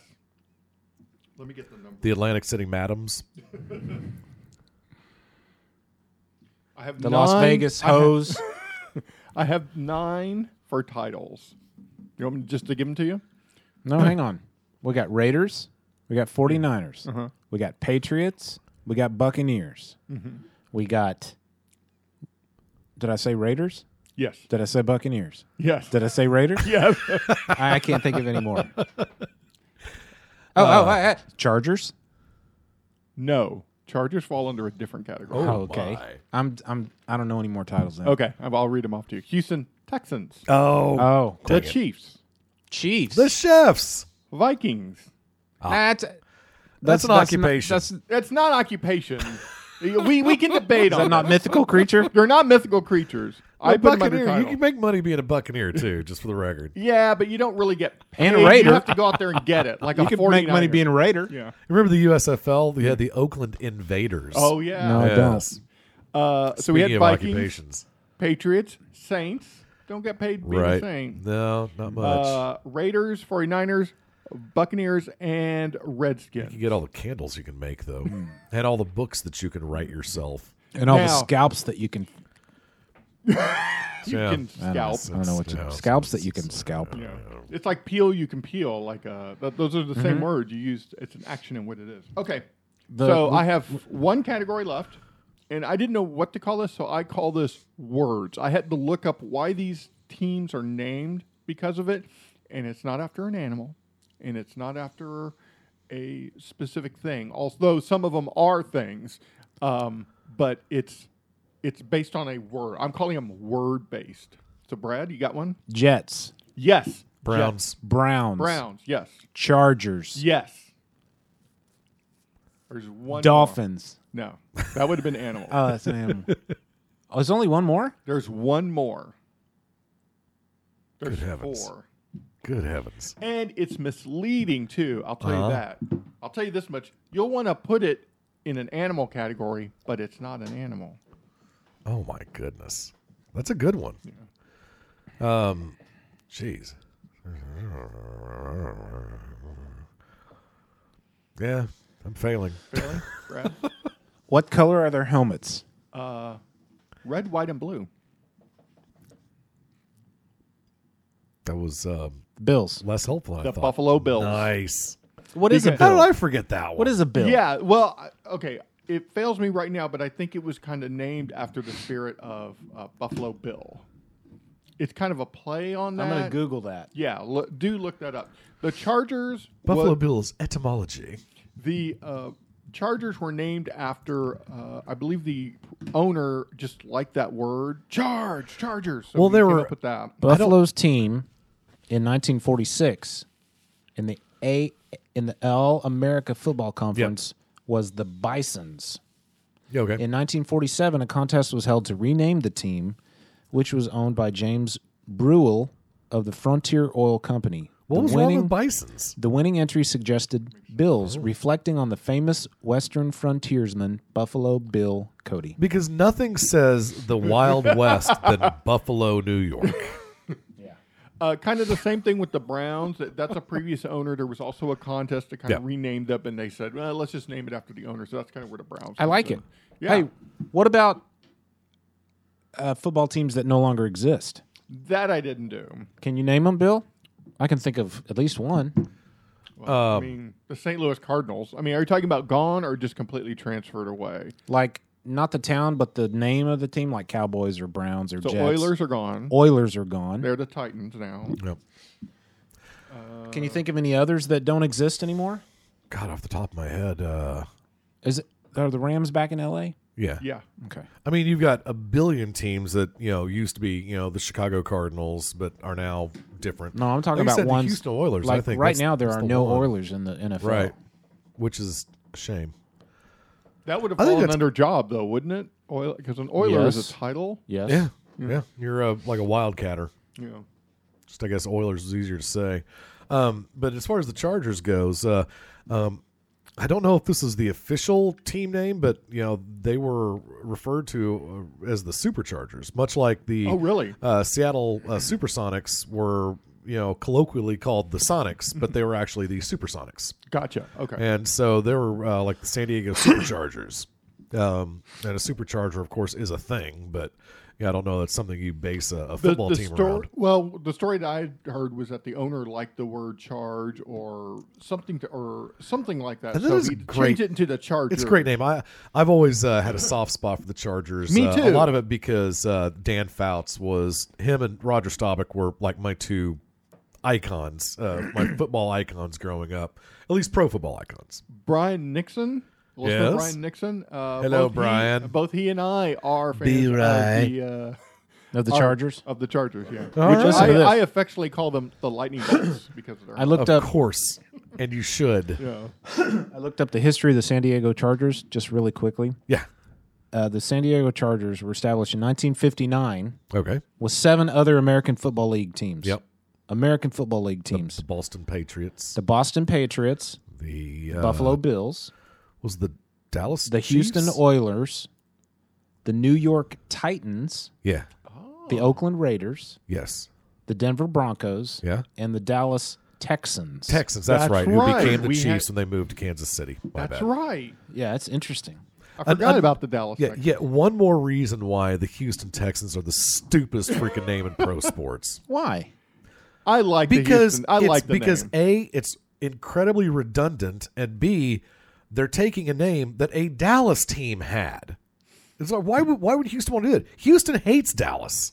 B: Let me get the number.
C: The Atlantic City Madams.
B: I have
K: The Las
B: nine-
K: Vegas
B: I have-
K: Hoes.
B: I have nine for titles. You want me just to give them to you?
K: No, hang on. We got Raiders. We got 49ers. We got Patriots. We got Buccaneers. We got. Did I say Raiders?
B: Yes.
K: Did I say Buccaneers?
B: Yes.
K: Did I say Raiders?
B: yes.
K: I, I can't think of any more. Oh, oh, I- I- Chargers.
B: no. Chargers fall under a different category.
K: Oh, okay. I'm I'm I don't know any more titles now.
B: Okay, I'll I'll read them off to you. Houston Texans,
C: Oh,
K: Oh,
B: the Chiefs,
K: Chiefs. Ah,
C: the chefs.
B: Vikings.
K: that's,
C: That's, an
K: that's
C: occupation.
K: Not, that's is
B: That's not
K: *laughs*
B: occupation. we we can debate
K: that
B: on
K: not
B: that.
K: mythical creature.
B: They're not mythical creatures.
C: A
B: I put them under
C: buccaneer. You
B: title.
C: can make money being a *laughs* buccaneer too, just for the record.
B: yeah, but you don't really get
K: And a
B: paid.
K: raider.
B: You have to go out there and get it. Like
K: *laughs* You
B: a
K: could make money
B: 49er.
K: being a Raider.
B: yeah.
C: Remember the USFL? We had the Oakland Invaders.
B: Oh yeah.
K: No, I don't.
C: Yes.
B: Uh, so we
C: Speaking
B: had
C: of
B: Vikings,
C: occupations,
B: Patriots, Saints. Don't get paid being a
C: right?
B: Saint.
C: No, not much.
B: Uh, Raiders, 49ers, Buccaneers, and
C: you
B: Redskins.
C: get all the candles you can make, though,
B: Hmm.
C: and all the books that you can write yourself.
K: And all the
B: Now-
K: scalps that you can
B: You
C: Yeah.
B: can
K: I don't know,
B: scalp.
K: I don't know what you,
C: Scalps.
K: scalps that you can scalp.
B: Yeah. It's like peel, you can peel. Like uh, th- those are the same words you used. It's an action in what it is. Okay.
K: The-
B: so I have one category left, and I didn't know what to call this, so I call this words. I had to look up why these teams are named because of it, and it's not after an animal, and it's not after a specific thing. Although some of them are things, um, but it's it's based on a word. I'm calling them word based. So Brad, you got one?
K: Jets,
B: Yes.
C: Browns,
K: Browns,
B: Browns, yes.
K: Chargers,
B: Yes. There's one.
K: Dolphins.
B: More. No, that would have been
K: *laughs*
B: animal.
K: Oh, that's an animal. oh, there's only one more.
B: There's one more. There's
C: Good heavens.
B: four.
C: good heavens!
B: And it's misleading, too. I'll tell
C: Uh-huh.
B: you that. I'll tell you this much. You'll want to put it in an animal category, but it's not an animal.
C: Oh my goodness, that's a good one. Um, jeez. Yeah, I'm failing.
B: Really? Brad?
K: What color are their helmets?
B: Red, white, and blue.
C: That was um,
K: Bills.
C: less helpful. Than I
B: The
C: thought.
B: Buffalo Bills.
C: Nice.
K: What is a
B: Because-
C: How did
K: bill?
C: I forget that one?
K: What is a bill?
B: Yeah, well, I- okay, it fails me right now, but I think it was kind of named after the spirit of uh, Buffalo Bill. It's kind of a play on that.
K: I'm gonna Google that.
B: Yeah, lo- do look that up. The Chargers.
C: Buffalo
B: wa-
C: Bills etymology?
B: The uh, Chargers were named after, uh, I believe, the owner just liked that word, charge, Chargers. So
C: Well,
B: he
C: they
B: came
C: were-
B: up with that.
K: Buffalo's team in 1946 in the A in the All America Football Conference was the Bisons.
C: Yeah, okay.
K: In 1947, a contest was held to rename the team, which was owned by James Brewell of the Frontier Oil Company.
C: what
K: the
C: was
K: winning,
C: wrong with Oh. bisons?
K: The winning entry suggested Bills, reflecting on the famous Western frontiersman Buffalo Bill Cody.
C: Because nothing says the Wild West than Buffalo, New York.
B: Uh, kind of the same thing with the Browns. That- That's a previous owner. There was also a contest to kind of
C: Yeah.
B: rename them, and they said, well, let's just name it after the owner. So that's kind of where the Browns.
K: I like
B: comes in.
K: it.
B: Yeah,
K: Hey, what about uh, football teams that no longer exist?
B: that I didn't do.
K: Can you name them, Bill? I can think of at least one. Um,
B: I mean, the St. Louis Cardinals. I mean, are you talking about gone or just completely transferred away?
K: Like not the town, but the name of the team, like Cowboys or Browns or
B: So
K: Jets.
B: Oilers are gone.
K: Oilers are gone.
B: They're the Titans now.
C: Yep.
K: Can you think of any others that don't exist anymore?
C: God, off the top of my head, uh,
K: Is it are the Rams back in L.A.?
C: yeah.
B: Yeah.
K: Okay.
C: I mean, you've got a billion teams that you know used to be you know the Chicago Cardinals, but are now different.
K: No, I'm talking
C: Like you
K: about
C: said,
K: ones
C: the Houston Oilers.
K: Like
C: I think
K: right
C: that's-
K: now there
C: that's
K: are
C: the
K: no
C: one.
K: Oilers in the NFL.
C: right? Which is a shame.
B: That would have
C: I think
B: fallen
C: that's-
B: under job, though, wouldn't it? Oil Because an Oiler is
K: Yes.
B: a title.
K: Yes.
C: Yeah, yeah. You're uh, like a wildcatter.
B: Yeah.
C: Just I guess Oilers is easier to say. Um, but as far as the Chargers goes, uh, um, I don't know if this is the official team name, but you know they were referred to uh, as the Superchargers, much like the
B: Oh, really?
C: uh, Seattle uh, Supersonics were you know colloquially called the Sonics, but they were actually the Supersonics.
B: Gotcha. Okay.
C: And so they were uh, like the
B: *coughs*
C: San Diego Superchargers. um, and a supercharger, of course, is a thing, but yeah, I don't know that's something you base a, a
B: the,
C: football
B: the
C: team
B: story,
C: around.
B: Well, the story that I heard was that the owner liked the word charge or something to, or something like that.
C: And that
B: so
C: is
B: he
C: great.
B: changed it into the charger.
C: It's a great name. I I've always uh, had a soft spot for the Chargers.
B: Me
C: Uh, a
B: too.
C: lot of it because uh, Dan Fouts was him and Roger Staubach were like my two icons, uh,
B: *coughs*
C: my football icons growing up. At least pro football icons.
B: Brian Nixon. Listener
C: Yes.
B: Brian Nixon. Uh,
C: Hello,
B: both he-
C: Brian.
B: both he and I are fans of the uh,
K: Of the Chargers.
B: of the Chargers. Yeah,
C: right.
B: which
K: Listen to
B: I,
K: this.
B: I affectionately call them the Lightning Bolts *laughs* because of their.
K: I looked
C: Of
K: up.
C: course, and you should. Yeah.
B: Yeah.
K: I looked up the history of the San Diego Chargers just really quickly. Uh, the San Diego Chargers were established in 1959
C: Okay.
K: with seven other American Football League teams.
C: Yep.
K: American Football League teams.
C: The Boston Patriots.
K: The Boston Patriots,
C: The uh,
K: Buffalo Bills,
C: was the Dallas.
K: the Houston
C: Chiefs?
K: Oilers, the New York Titans,
C: Yeah.
K: the Oakland Raiders,
C: Yes.
K: the Denver Broncos,
C: Yeah.
K: and the Dallas Texans.
C: Texans. That's,
B: That's
C: right. Who
B: right.
C: became the
B: We had-
C: Chiefs when they moved to Kansas City. My
B: That's
C: bad.
B: right.
K: Yeah, that's interesting.
B: I forgot about the Dallas.
C: Yeah,
B: Texans.
C: yeah. One more reason why the Houston Texans are the stupidest freaking name in pro sports.
K: Why?
B: I like
C: Because
B: the Houston. I
C: it's-
B: like the
C: because
B: name.
C: a it's incredibly redundant, and b they're taking a name that a Dallas team had. It's like why would why would Houston want to do it? Houston hates Dallas.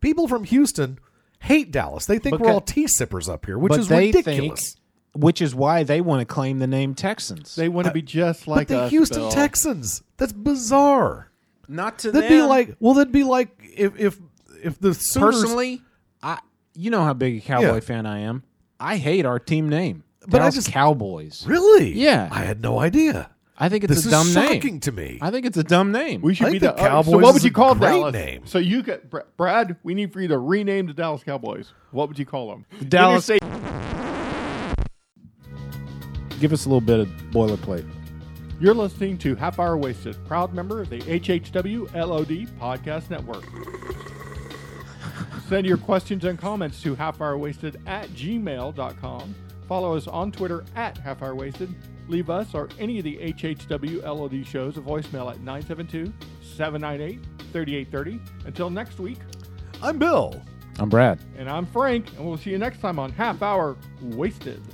C: People from Houston hate Dallas. They think we're
K: Beca-
C: all tea sippers up here, which
K: but
C: is
K: they
C: ridiculous.
K: think, which is why they want to claim the name Texans.
B: they want to be just like
C: but the
B: us,
C: Houston
B: Bill.
C: Texans. That's bizarre.
K: not to
C: That'd be like well, that'd be like if if if the Sooners-
K: personally. I you know how big a Cowboy
C: Yeah.
K: fan I am. I hate our team name,
C: But I
K: Dallas
C: just-
K: Cowboys.
C: Really?
K: Yeah.
C: I had no idea.
K: I think it's
C: this
K: a dumb
C: is shocking
K: name.
C: to me.
K: I think it's a dumb name.
B: We
C: I
B: should be
C: think
B: the,
C: the
B: uh,
C: Cowboys
B: So what
C: is
B: would
C: a
B: you call
C: great
B: Dallas?
C: name.
B: So you got Br- Brad. We need for you to rename the Dallas Cowboys. What would you call them? The
K: Dallas-
B: Say,
K: Give us a little bit of boilerplate.
B: you're listening to Half Hour Wasted, proud member of the HHW LOD Podcast Network. Send your questions and comments to halfhourwasted at gmail.com. Follow us on Twitter at Half Hour Wasted. Leave us or any of the HHW LOD shows a voicemail at 972 798 3830. Until next week,
C: I'm Bill.
K: I'm Brad.
B: And I'm Frank, and we'll see you next time on Half Hour Wasted.